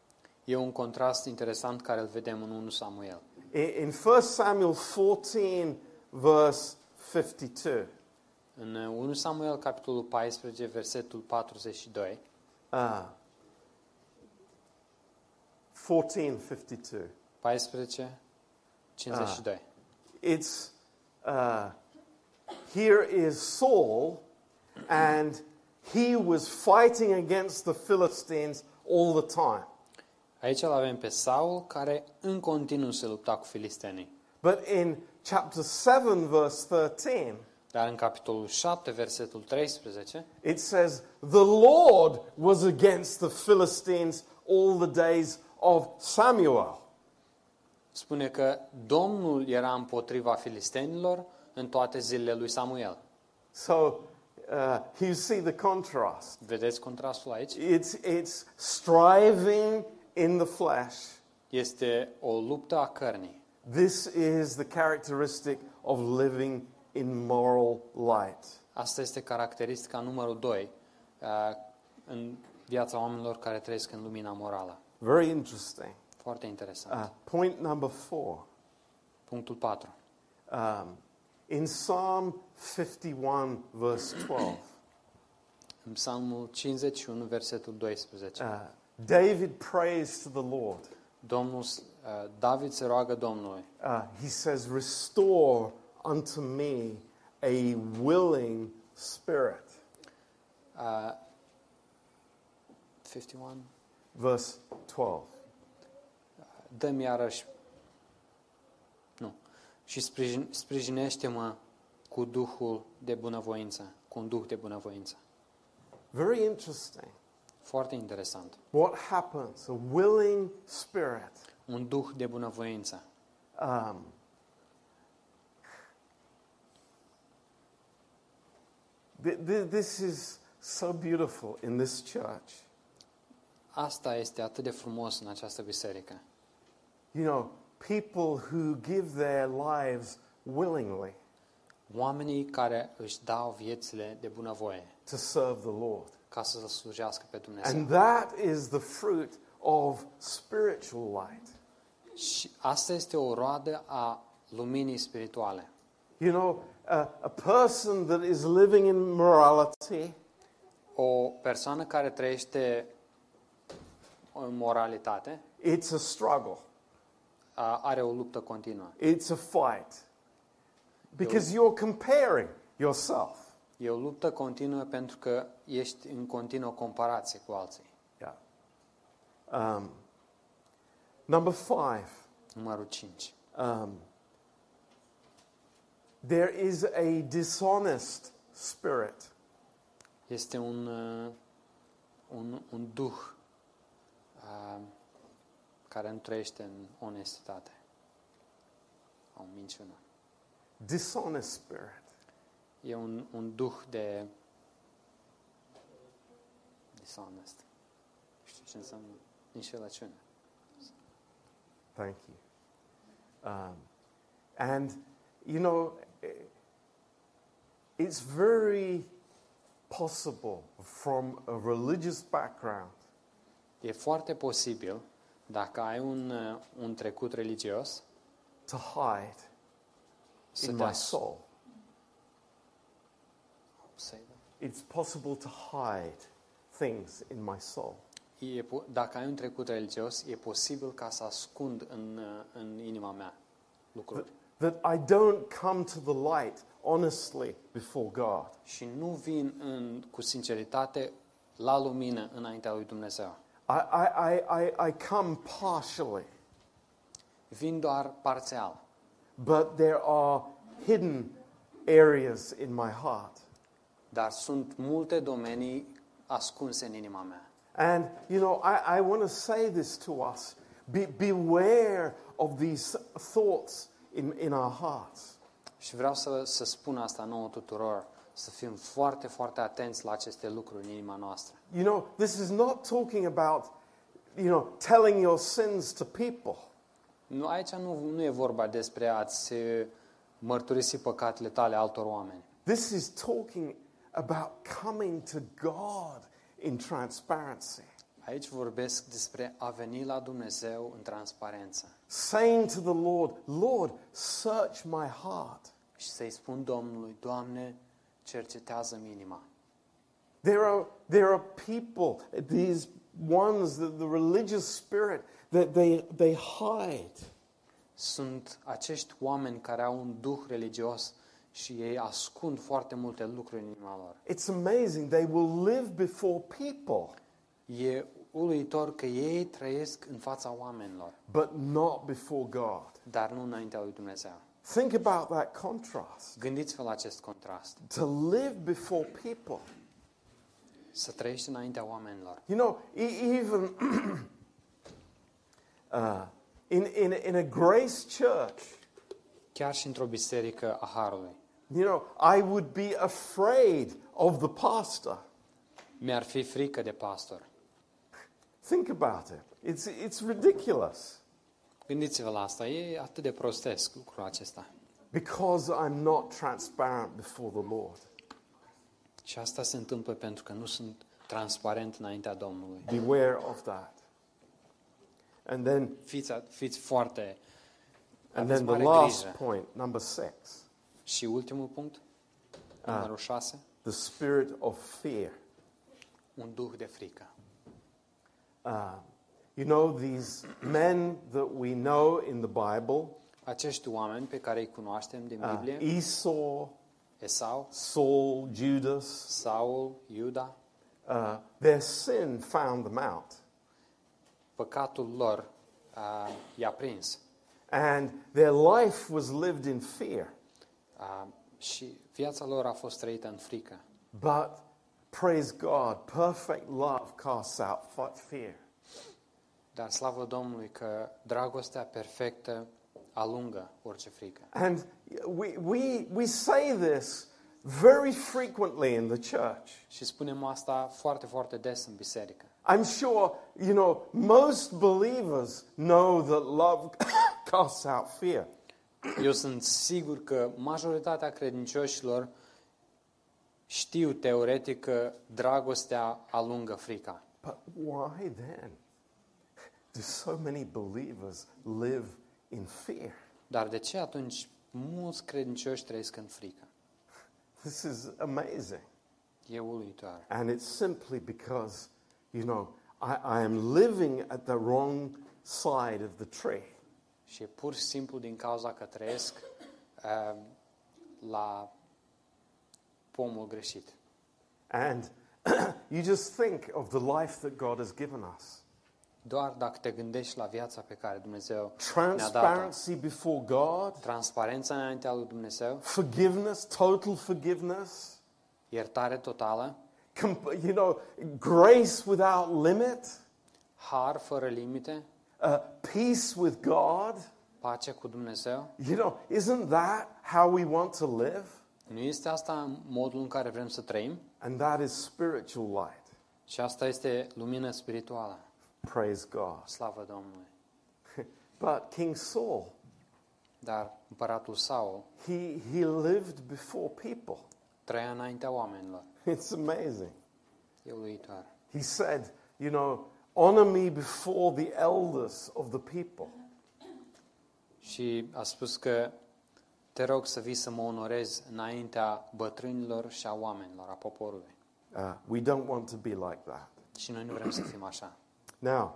Speaker 2: E un contrast interesant care îl vedem în 1 Samuel.
Speaker 1: I- In 1 Samuel 14, verse 52,
Speaker 2: În uh, 1 Samuel, capitolul 14, versetul 42,
Speaker 1: uh, 14, 52,
Speaker 2: 14, 52.
Speaker 1: it's uh, here is Saul, and he was fighting against the Philistines all the time.
Speaker 2: Aici îl avem pe Saul, care în continuu se lupta cu filistenii.
Speaker 1: But in chapter 7, verse 13,
Speaker 2: Dar în capitolul 7, versetul 13,
Speaker 1: It says, The Lord was against the Philistines all the days of Samuel.
Speaker 2: spune că Domnul era împotriva filistenilor în toate zilele lui Samuel.
Speaker 1: So uh, you see the contrast.
Speaker 2: Vedeți contrastul aici?
Speaker 1: It's, it's striving in the flesh.
Speaker 2: Este o luptă a cărnii.
Speaker 1: This is the characteristic of living in moral light.
Speaker 2: Asta este caracteristica numărul 2 în viața oamenilor care trăiesc în lumina morală.
Speaker 1: Very interesting.
Speaker 2: Foarte interesant.
Speaker 1: Uh, point number four.
Speaker 2: Punctul 4.
Speaker 1: Um, in Psalm 51, verse 12.
Speaker 2: În Psalmul 51, versetul 12.
Speaker 1: Uh, David prays to the Lord.
Speaker 2: Domnul, uh, David se roagă Domnului.
Speaker 1: Uh, he says, Restore unto me a willing spirit.
Speaker 2: Uh, 51.
Speaker 1: Verse 12.
Speaker 2: Dă-mi iarăși. Nu. Și sprijin, sprijinește-mă cu Duhul de bunăvoință. Cu un Duh de bunăvoință.
Speaker 1: Very interesting.
Speaker 2: Foarte interesant.
Speaker 1: What happens? A willing spirit.
Speaker 2: Un Duh de bunăvoință.
Speaker 1: Um, th- th- this is so beautiful in this church.
Speaker 2: Asta este atât de frumos în această biserică.
Speaker 1: You know, people who give their lives willingly.
Speaker 2: oamenii care își dau viețile de bunăvoie
Speaker 1: to serve the Lord.
Speaker 2: ca să-L slujească pe Dumnezeu.
Speaker 1: And that is the fruit of spiritual light.
Speaker 2: Și asta este o roadă a luminii spirituale.
Speaker 1: You know, a, a person that is living in morality
Speaker 2: O persoană care trăiește în moralitate
Speaker 1: It's a struggle.
Speaker 2: a- are o luptă continuă.
Speaker 1: It's a fight. Because you're comparing yourself.
Speaker 2: E o luptă continuă pentru că ești în continuă comparație cu alții.
Speaker 1: Yeah. Um, number five,
Speaker 2: Numărul 5.
Speaker 1: um, there is a dishonest spirit.
Speaker 2: Este un, uh, un, un duh uh, care nu trăiește în onestitate. O minciună.
Speaker 1: Dishonest spirit.
Speaker 2: E un, un duh de dishonest. Nu știu ce înseamnă înșelăciune.
Speaker 1: Thank you. Um, and, you know, eh, it's very possible from a religious background
Speaker 2: E foarte posibil, dacă ai un, uh, un trecut religios,
Speaker 1: to hide
Speaker 2: să
Speaker 1: in
Speaker 2: te
Speaker 1: my
Speaker 2: as-
Speaker 1: soul.
Speaker 2: să-
Speaker 1: It's possible to hide things in my soul.
Speaker 2: E, po- dacă ai un trecut religios, e posibil ca să ascund în, uh, în inima mea lucruri.
Speaker 1: That I don't come to the light honestly before God.
Speaker 2: Și nu vin în, cu sinceritate la lumină înaintea lui Dumnezeu.
Speaker 1: I, I, I, I, I come partially,
Speaker 2: Vin doar parțial.
Speaker 1: but there are hidden areas in my heart.
Speaker 2: Dar sunt multe domenii ascunse în inima mea.
Speaker 1: And, you know, I, I want to say this to us Be, beware of these thoughts in, in our hearts.
Speaker 2: Și vreau să, să spun asta nouă tuturor, să fim foarte, foarte atenți la aceste lucruri în inima noastră.
Speaker 1: You know, this is not talking about, you know, telling your sins to people.
Speaker 2: Nu, aici nu, nu e vorba despre a-ți eh, mărturisi păcatele tale altor oameni.
Speaker 1: This is talking about coming to God in transparency,
Speaker 2: Aici vorbesc despre a veni la Dumnezeu în transparență
Speaker 1: saying to the Lord, Lord, search my heart.
Speaker 2: și să-i spun Domnului, Doamne, cercetează inima.
Speaker 1: There are, there are people, these ones, the, the religious spirit, that they, they hide.
Speaker 2: Sunt acești oameni care au un duh religios și ei ascund foarte multe lucruri în inima lor.
Speaker 1: It's amazing. They will live before people,
Speaker 2: E uluitor că ei trăiesc în fața oamenilor.
Speaker 1: but not before God.
Speaker 2: dar nu înaintea lui Dumnezeu.
Speaker 1: Think about that contrast.
Speaker 2: Gândiți-vă la acest contrast.
Speaker 1: To live before people.
Speaker 2: Să trăiești înaintea oamenilor.
Speaker 1: You know, e- even uh, in, in, in a grace church,
Speaker 2: Chiar și într-o biserică a Harului.
Speaker 1: you know, I would be afraid of the pastor.
Speaker 2: Mi-ar fi frică de pastor.
Speaker 1: Think about it. It's, it's ridiculous
Speaker 2: Gândiți-vă la asta. E atât de prostesc lucrul acesta.
Speaker 1: because I'm not transparent before the Lord.
Speaker 2: Și asta se întâmplă pentru că nu sunt transparent înaintea Domnului.
Speaker 1: Beware of that. And then,
Speaker 2: Fiți, a- fiți foarte...
Speaker 1: and
Speaker 2: aveți
Speaker 1: then the
Speaker 2: mare
Speaker 1: last
Speaker 2: grijă.
Speaker 1: point, number six,
Speaker 2: Și ultimul punct, numărul șase,
Speaker 1: the spirit of fear.
Speaker 2: un duh de frică.
Speaker 1: Uh, you know, these men that we know in the Bible,
Speaker 2: Acești oameni pe care îi cunoaștem din
Speaker 1: uh,
Speaker 2: Biblie,
Speaker 1: Esau,
Speaker 2: Esau,
Speaker 1: Saul, Judas,
Speaker 2: Saul, Iuda,
Speaker 1: uh, their sin found them out.
Speaker 2: păcatul lor a, i-a prins
Speaker 1: And their life was lived in fear.
Speaker 2: a, și viața lor a fost trăită în frică.
Speaker 1: But praise God, perfect love casts out fe- fear.
Speaker 2: Dar slavă Domnului că dragostea perfectă alungă orice frică.
Speaker 1: And we, we, we say this very frequently in the church.
Speaker 2: Și spunem asta foarte, foarte des în biserică.
Speaker 1: I'm sure, you know, most believers know that love casts out fear.
Speaker 2: Eu sunt sigur că majoritatea credincioșilor știu teoretic că dragostea alungă frica.
Speaker 1: But why then do so many believers live in fear?
Speaker 2: Dar de ce atunci mulți credincioși trăiesc în frică?
Speaker 1: This is amazing.
Speaker 2: E uluitoare.
Speaker 1: And it's simply because, you know, I, I am living at the wrong side of the tree.
Speaker 2: Și e pur și simplu din cauza că trăiesc uh, la pomul greșit.
Speaker 1: And you just think of the life that God has given us
Speaker 2: Doar dacă te gândești la viața pe care Dumnezeu ne-a dat
Speaker 1: transparency before God,
Speaker 2: transparența înaintea lui Dumnezeu,
Speaker 1: forgiveness, total forgiveness,
Speaker 2: iertare totală,
Speaker 1: com- you know, grace without limit,
Speaker 2: har fără limite,
Speaker 1: uh, peace with God.
Speaker 2: pace cu Dumnezeu.
Speaker 1: You know, isn't that how we want to live?
Speaker 2: Nu este asta modul în care vrem să trăim?
Speaker 1: And that is spiritual light.
Speaker 2: Și asta este lumină spirituală.
Speaker 1: Praise God.
Speaker 2: Slavă Domnului!
Speaker 1: But King Saul,
Speaker 2: Dar împăratul Saul
Speaker 1: he, he lived before people.
Speaker 2: trăia înaintea oamenilor.
Speaker 1: It's amazing.
Speaker 2: E uluitoare.
Speaker 1: He said, you know, honor me before the elders of the people.
Speaker 2: Și a spus că te rog să vii să mă onorezi înaintea bătrânilor și a oamenilor, a poporului.
Speaker 1: Uh, we don't want to be like that.
Speaker 2: Și noi nu vrem să fim așa.
Speaker 1: Now,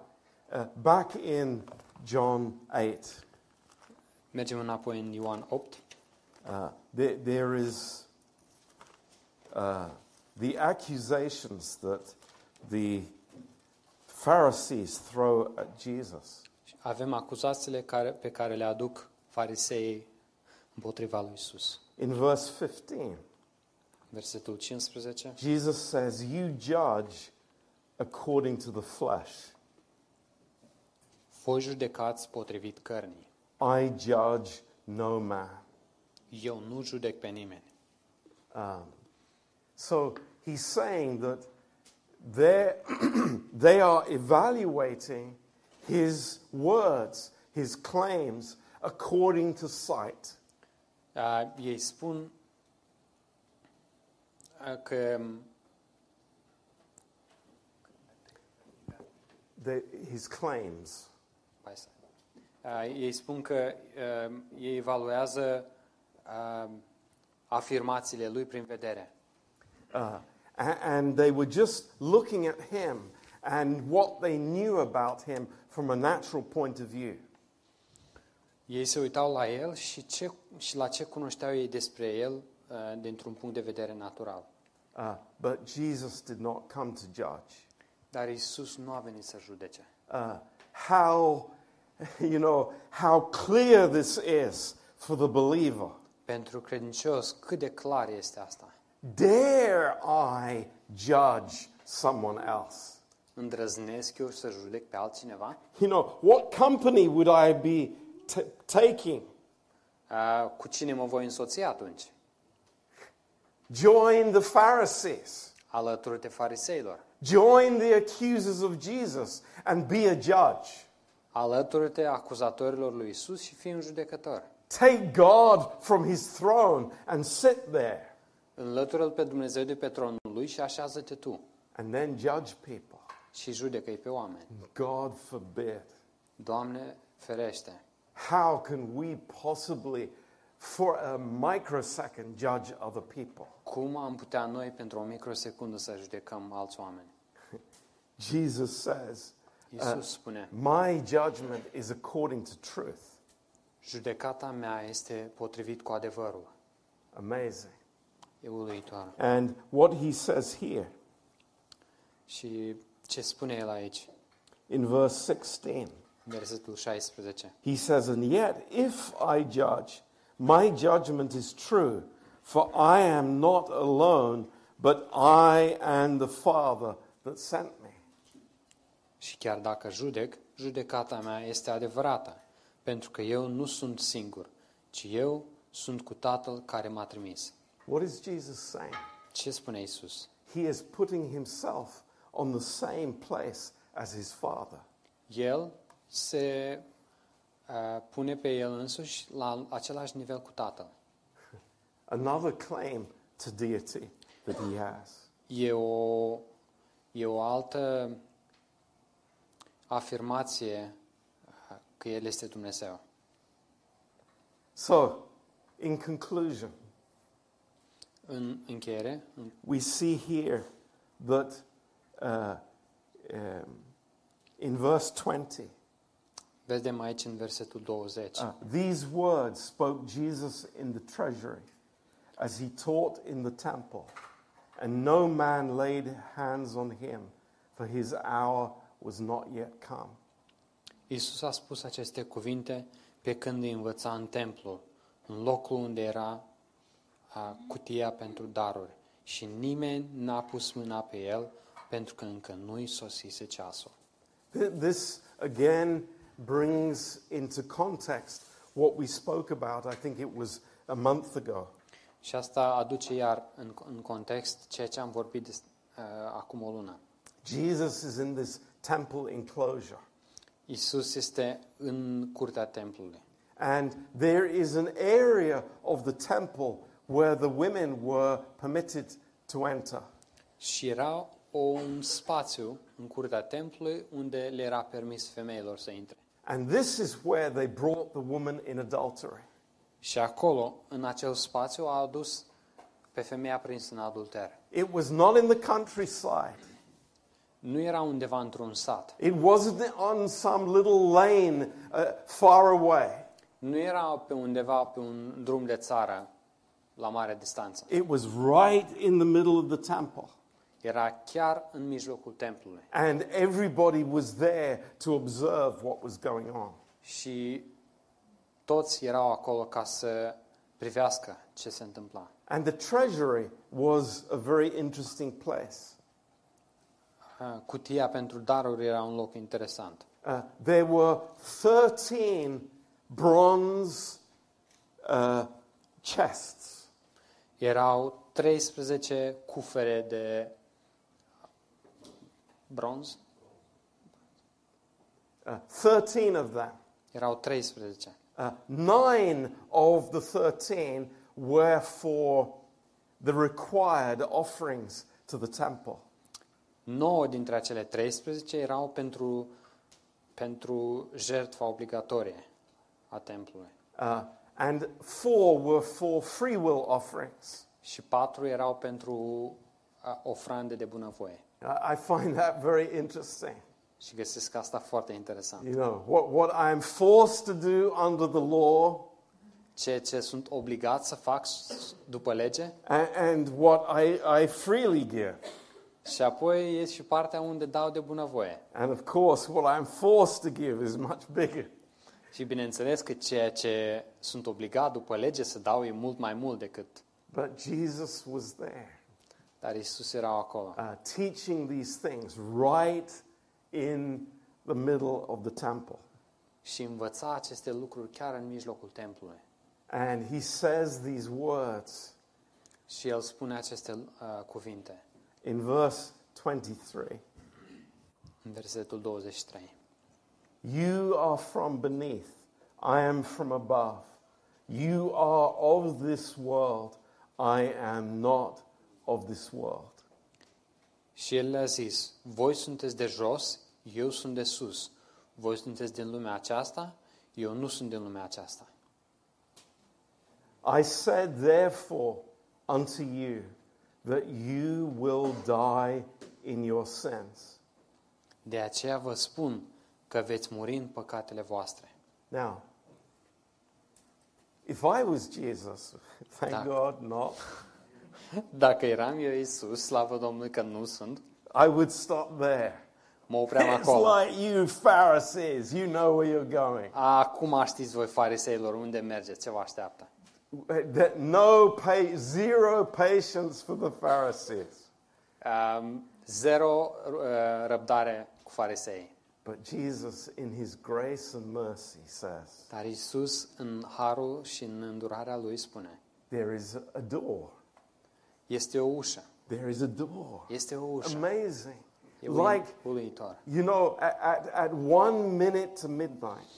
Speaker 1: uh, back in John 8,
Speaker 2: Mergem înapoi în Ioan 8.
Speaker 1: uh, there, there is uh, the accusations that the Pharisees throw at Jesus.
Speaker 2: Avem acuzațiile care, pe care le aduc fariseii împotriva lui Isus.
Speaker 1: In verse 15,
Speaker 2: Versetul 15.
Speaker 1: Jesus says, You judge according to the flesh.
Speaker 2: Voi judecați potrivit cărnii.
Speaker 1: I judge no man.
Speaker 2: Eu nu judec pe nimeni.
Speaker 1: Um, so he's saying that they're- they are evaluating his words, his claims, according to sight.
Speaker 2: A, ei spun a, că
Speaker 1: The, his claims.
Speaker 2: Hai să- A, ei spun că a, ei evaluează a, afirmațiile lui prin vedere.
Speaker 1: Uh, a- and they were just looking at him and what they knew about him from a natural point of view.
Speaker 2: Ei se uitau la el și, ce, și la ce cunoșteau ei despre el a, dintr-un punct de vedere natural.
Speaker 1: Uh, but Jesus did not come to judge.
Speaker 2: Dar Isus nu a venit să judece.
Speaker 1: uh, how you know how clear this is for the believer.
Speaker 2: Pentru credincios, cât de clar este asta?
Speaker 1: Dare I judge someone else?
Speaker 2: Îndrăznesc eu să judec pe altcineva?
Speaker 1: You know, what company would I be t- taking?
Speaker 2: A, cu cine mă voi însoți atunci?
Speaker 1: Join the Pharisees,
Speaker 2: Alături de fariseilor.
Speaker 1: join the accusers of Jesus, and be a judge.
Speaker 2: Alături-te acuzatorilor lui Isus și fii un judecător.
Speaker 1: Take God from his throne and sit there,
Speaker 2: Înlătură-L pe Dumnezeu de pe tronul Lui și așează-te tu
Speaker 1: and then judge people.
Speaker 2: și judecă-i pe oameni.
Speaker 1: God forbid.
Speaker 2: Doamne, ferește!
Speaker 1: How can we possibly, for a microsecond, judge other people?
Speaker 2: Cum am putea noi pentru o microsecundă să judecăm alți oameni?
Speaker 1: Jesus says,
Speaker 2: Iisus spune,
Speaker 1: My judgment is according to truth.
Speaker 2: judecata mea este potrivit cu adevărul.
Speaker 1: Amazing.
Speaker 2: E uluitoare.
Speaker 1: And what he says here
Speaker 2: Și ce spune El aici?
Speaker 1: in verse 16,
Speaker 2: Versetul 16.
Speaker 1: he says, And yet, if I judge, my judgment is true, for I am not alone, but I and the Father that sent me.
Speaker 2: Și chiar dacă judec, judecata mea este adevărată, pentru că eu nu sunt singur, ci eu sunt cu Tatăl care m-a trimis.
Speaker 1: What is Jesus saying?
Speaker 2: Ce spune Isus?
Speaker 1: He is putting himself on the same place as his father.
Speaker 2: El se uh, pune pe el însuși la același nivel cu Tatăl.
Speaker 1: Another claim to deity that he has.
Speaker 2: E o, e o altă afirmație uh, că El este Dumnezeu.
Speaker 1: So, in conclusion,
Speaker 2: În încheiere, în-
Speaker 1: we see here that uh, um, in verse 20,
Speaker 2: vedem aici în versetul 20.
Speaker 1: uh, these words spoke Jesus in the treasury as he taught in the temple, and no man laid hands on him, for his hour was not yet come.
Speaker 2: Iisus a spus aceste cuvinte pe când îi învăța în templu, în locul unde era a, cutia pentru daruri și nimeni n-a pus mâna pe el pentru că încă nu-i sosise ceasul.
Speaker 1: Th- This again brings into context what we spoke about, I think it was a month ago.
Speaker 2: Și asta aduce iar în, în context ceea ce am vorbit des, a, acum o lună.
Speaker 1: Jesus is in this temple enclosure,
Speaker 2: Iisus este în curtea templului
Speaker 1: and there is an area of the temple where the women were permitted to enter.
Speaker 2: și era o, un spațiu în curtea templului unde le era permis femeilor să intre.
Speaker 1: And this is where they brought the woman in adultery.
Speaker 2: Și acolo, în acel spațiu, a adus pe femeia prinsă în adulter.
Speaker 1: It was not in the countryside.
Speaker 2: Nu era undeva într-un sat.
Speaker 1: It wasn't on some little lane uh, far away.
Speaker 2: Nu era pe undeva pe un drum de țară la mare distanță.
Speaker 1: It was right in the middle of the temple.
Speaker 2: Era chiar în mijlocul templului.
Speaker 1: And everybody was there to observe what was going on.
Speaker 2: Și toți erau acolo ca să privească ce se întâmpla.
Speaker 1: And the treasury was a very interesting place.
Speaker 2: Ah, Cutia pentru daruri era un loc interesant.
Speaker 1: Uh, there were 13 bronze uh, chests,
Speaker 2: Erau 13 cufere de bronz.
Speaker 1: uh, 13 of them.
Speaker 2: Erau 13.
Speaker 1: Uh, nine of the 13 were for the required offerings to the temple.
Speaker 2: 9 dintre acele 13 erau pentru, pentru jertfa obligatorie a templului
Speaker 1: Uh, and four were for free will offerings.
Speaker 2: și 4 erau pentru a, ofrande de bunăvoie.
Speaker 1: Uh, I I find that very interesting.
Speaker 2: Și găsesc asta foarte interesant.
Speaker 1: You know, what, what I'm forced to do under the law
Speaker 2: Ceea ce sunt obligat să fac s- după lege
Speaker 1: and, and what I, I freely give.
Speaker 2: și apoi e și partea unde dau de bunăvoie.
Speaker 1: And of course, what I'm forced to give is much bigger.
Speaker 2: Și bineînțeles că ceea ce sunt obligat după lege să dau e mult mai mult decât.
Speaker 1: But Jesus was there
Speaker 2: Dar Isus era acolo.
Speaker 1: uh, teaching these things right in the middle of the temple.
Speaker 2: Și învăța aceste lucruri chiar în mijlocul templului.
Speaker 1: And he says these words
Speaker 2: Și el spune aceste uh, cuvinte
Speaker 1: in verse 23
Speaker 2: în versetul 23.
Speaker 1: You are from beneath, I am from above. You are of this world, I am not of this world.
Speaker 2: Și el le-a zis, voi sunteți de jos, eu sunt de sus. Voi sunteți din lumea aceasta, eu nu sunt din lumea aceasta.
Speaker 1: I said, therefore, unto you that you will die in your sins.
Speaker 2: De aceea vă spun că veți muri în păcatele voastre.
Speaker 1: Now, if I was Jesus, thank
Speaker 2: Doc.
Speaker 1: God not,
Speaker 2: Dacă eram eu Isus, slavă Domnului că nu sunt,
Speaker 1: I would stop there.
Speaker 2: mă opream
Speaker 1: It's
Speaker 2: acolo.
Speaker 1: like you Pharisees, you know where you're going.
Speaker 2: Acum știți voi, fariseilor, unde mergeți, ce vă așteaptă.
Speaker 1: That no pa- zero patience for the Pharisees.
Speaker 2: Um, zero uh, răbdare cu farisei.
Speaker 1: But Jesus, in his grace and mercy, says,
Speaker 2: Dar Isus, în harul și în îndurarea lui, spune,
Speaker 1: There is a door.
Speaker 2: este o ușă,
Speaker 1: There is a door.
Speaker 2: este o ușă.
Speaker 1: Amazing.
Speaker 2: E ui-
Speaker 1: Um, Like,
Speaker 2: uluitor.
Speaker 1: you know, at, at, at one minute to midnight,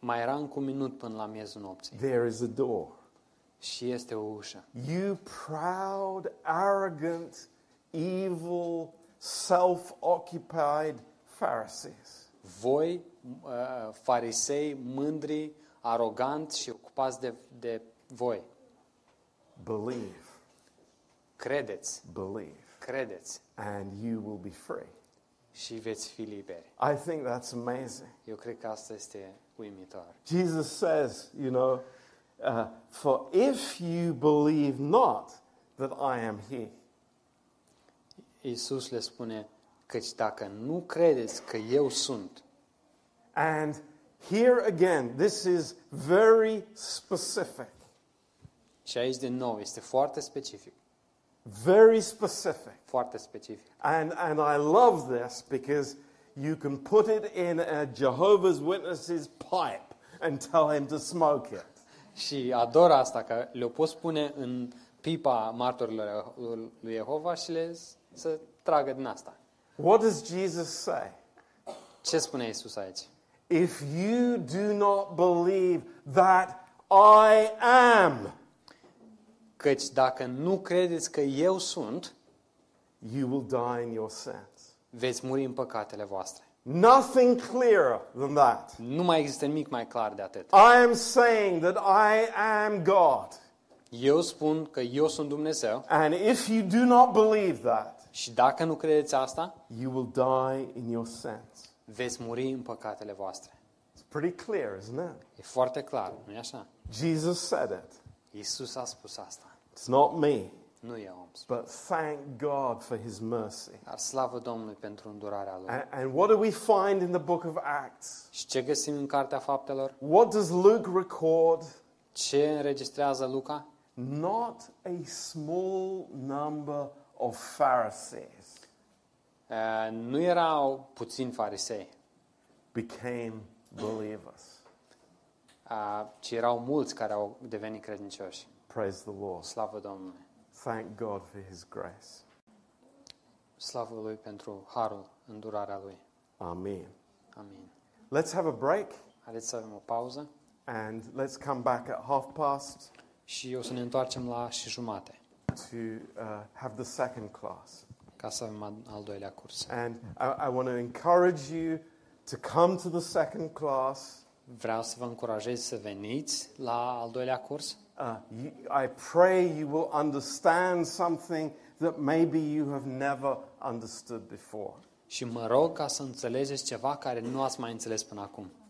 Speaker 2: Mai era încă un minut până la miezul nopții
Speaker 1: there is a door.
Speaker 2: și este o ușă.
Speaker 1: You proud, arrogant, evil, self occupied Pharisees.
Speaker 2: Voi, uh, farisei, mândri, aroganți și ocupați de, de voi,
Speaker 1: Believe,
Speaker 2: credeți,
Speaker 1: believe,
Speaker 2: credeți
Speaker 1: and you will be free.
Speaker 2: și veți fi liberi.
Speaker 1: I think that's amazing.
Speaker 2: Eu cred că asta este uimitor.
Speaker 1: Jesus says, you know, uh, for if you believe not that I am He,
Speaker 2: Iisus le spune, căci dacă nu credeți că eu sunt,
Speaker 1: and here again, this is very specific,
Speaker 2: și aici din nou este foarte specific,
Speaker 1: very specific.
Speaker 2: foarte specific.
Speaker 1: And, and I love this because you can put it in a Jehovah's Witness's pipe and tell him to smoke it.
Speaker 2: Și ador asta, că le-o pot spune în pipa martorilor lui Jehova și le să tragă din asta.
Speaker 1: What does Jesus say?
Speaker 2: Ce spune Iisus aici?
Speaker 1: If you do not believe that I am,
Speaker 2: Căci dacă nu credeți că eu sunt,
Speaker 1: you will die in your sins.
Speaker 2: veți muri în păcatele voastre.
Speaker 1: Nothing clearer than that.
Speaker 2: Nu mai există nimic mai clar de atât.
Speaker 1: I am saying that I am God.
Speaker 2: Eu spun că eu sunt Dumnezeu
Speaker 1: And if you do not believe that,
Speaker 2: și dacă nu credeți asta,
Speaker 1: you will die in your sins.
Speaker 2: veți muri în păcatele voastre.
Speaker 1: It's pretty clear, isn't it?
Speaker 2: E foarte clar, nu-i așa?
Speaker 1: Jesus said it.
Speaker 2: Iisus a spus asta,
Speaker 1: It's not me,
Speaker 2: nu eu am spus.
Speaker 1: but thank God for his mercy.
Speaker 2: Dar slavă Domnului pentru îndurarea Lui.
Speaker 1: And, and what do we find in the book of Acts?
Speaker 2: Și ce găsim în Cartea Faptelor?
Speaker 1: What does Luke record?
Speaker 2: Ce înregistrează Luca?
Speaker 1: Not a small number of Pharisees
Speaker 2: Uh, Nu erau puțini farisei,
Speaker 1: became believers.
Speaker 2: uh, ci erau mulți care au devenit credincioși.
Speaker 1: Praise the Lord.
Speaker 2: Slavă Domnului!
Speaker 1: Thank God for his grace.
Speaker 2: Slavă Lui pentru harul, îndurarea Lui.
Speaker 1: Amen.
Speaker 2: Amin.
Speaker 1: Let's have a break
Speaker 2: Haideți să avem o pauză
Speaker 1: and let's come back at half past
Speaker 2: și o să ne întoarcem la și jumate
Speaker 1: to uh, have the second class.
Speaker 2: ca să avem al- al doilea curs.
Speaker 1: And I, I want to encourage you to come to the second class.
Speaker 2: Vreau să vă încurajez să veniți la al doilea curs.
Speaker 1: Uh, you, I pray you will understand something that maybe you have never understood before.
Speaker 2: Și mă rog ca să înțelegeți ceva care nu ați mai înțeles până acum.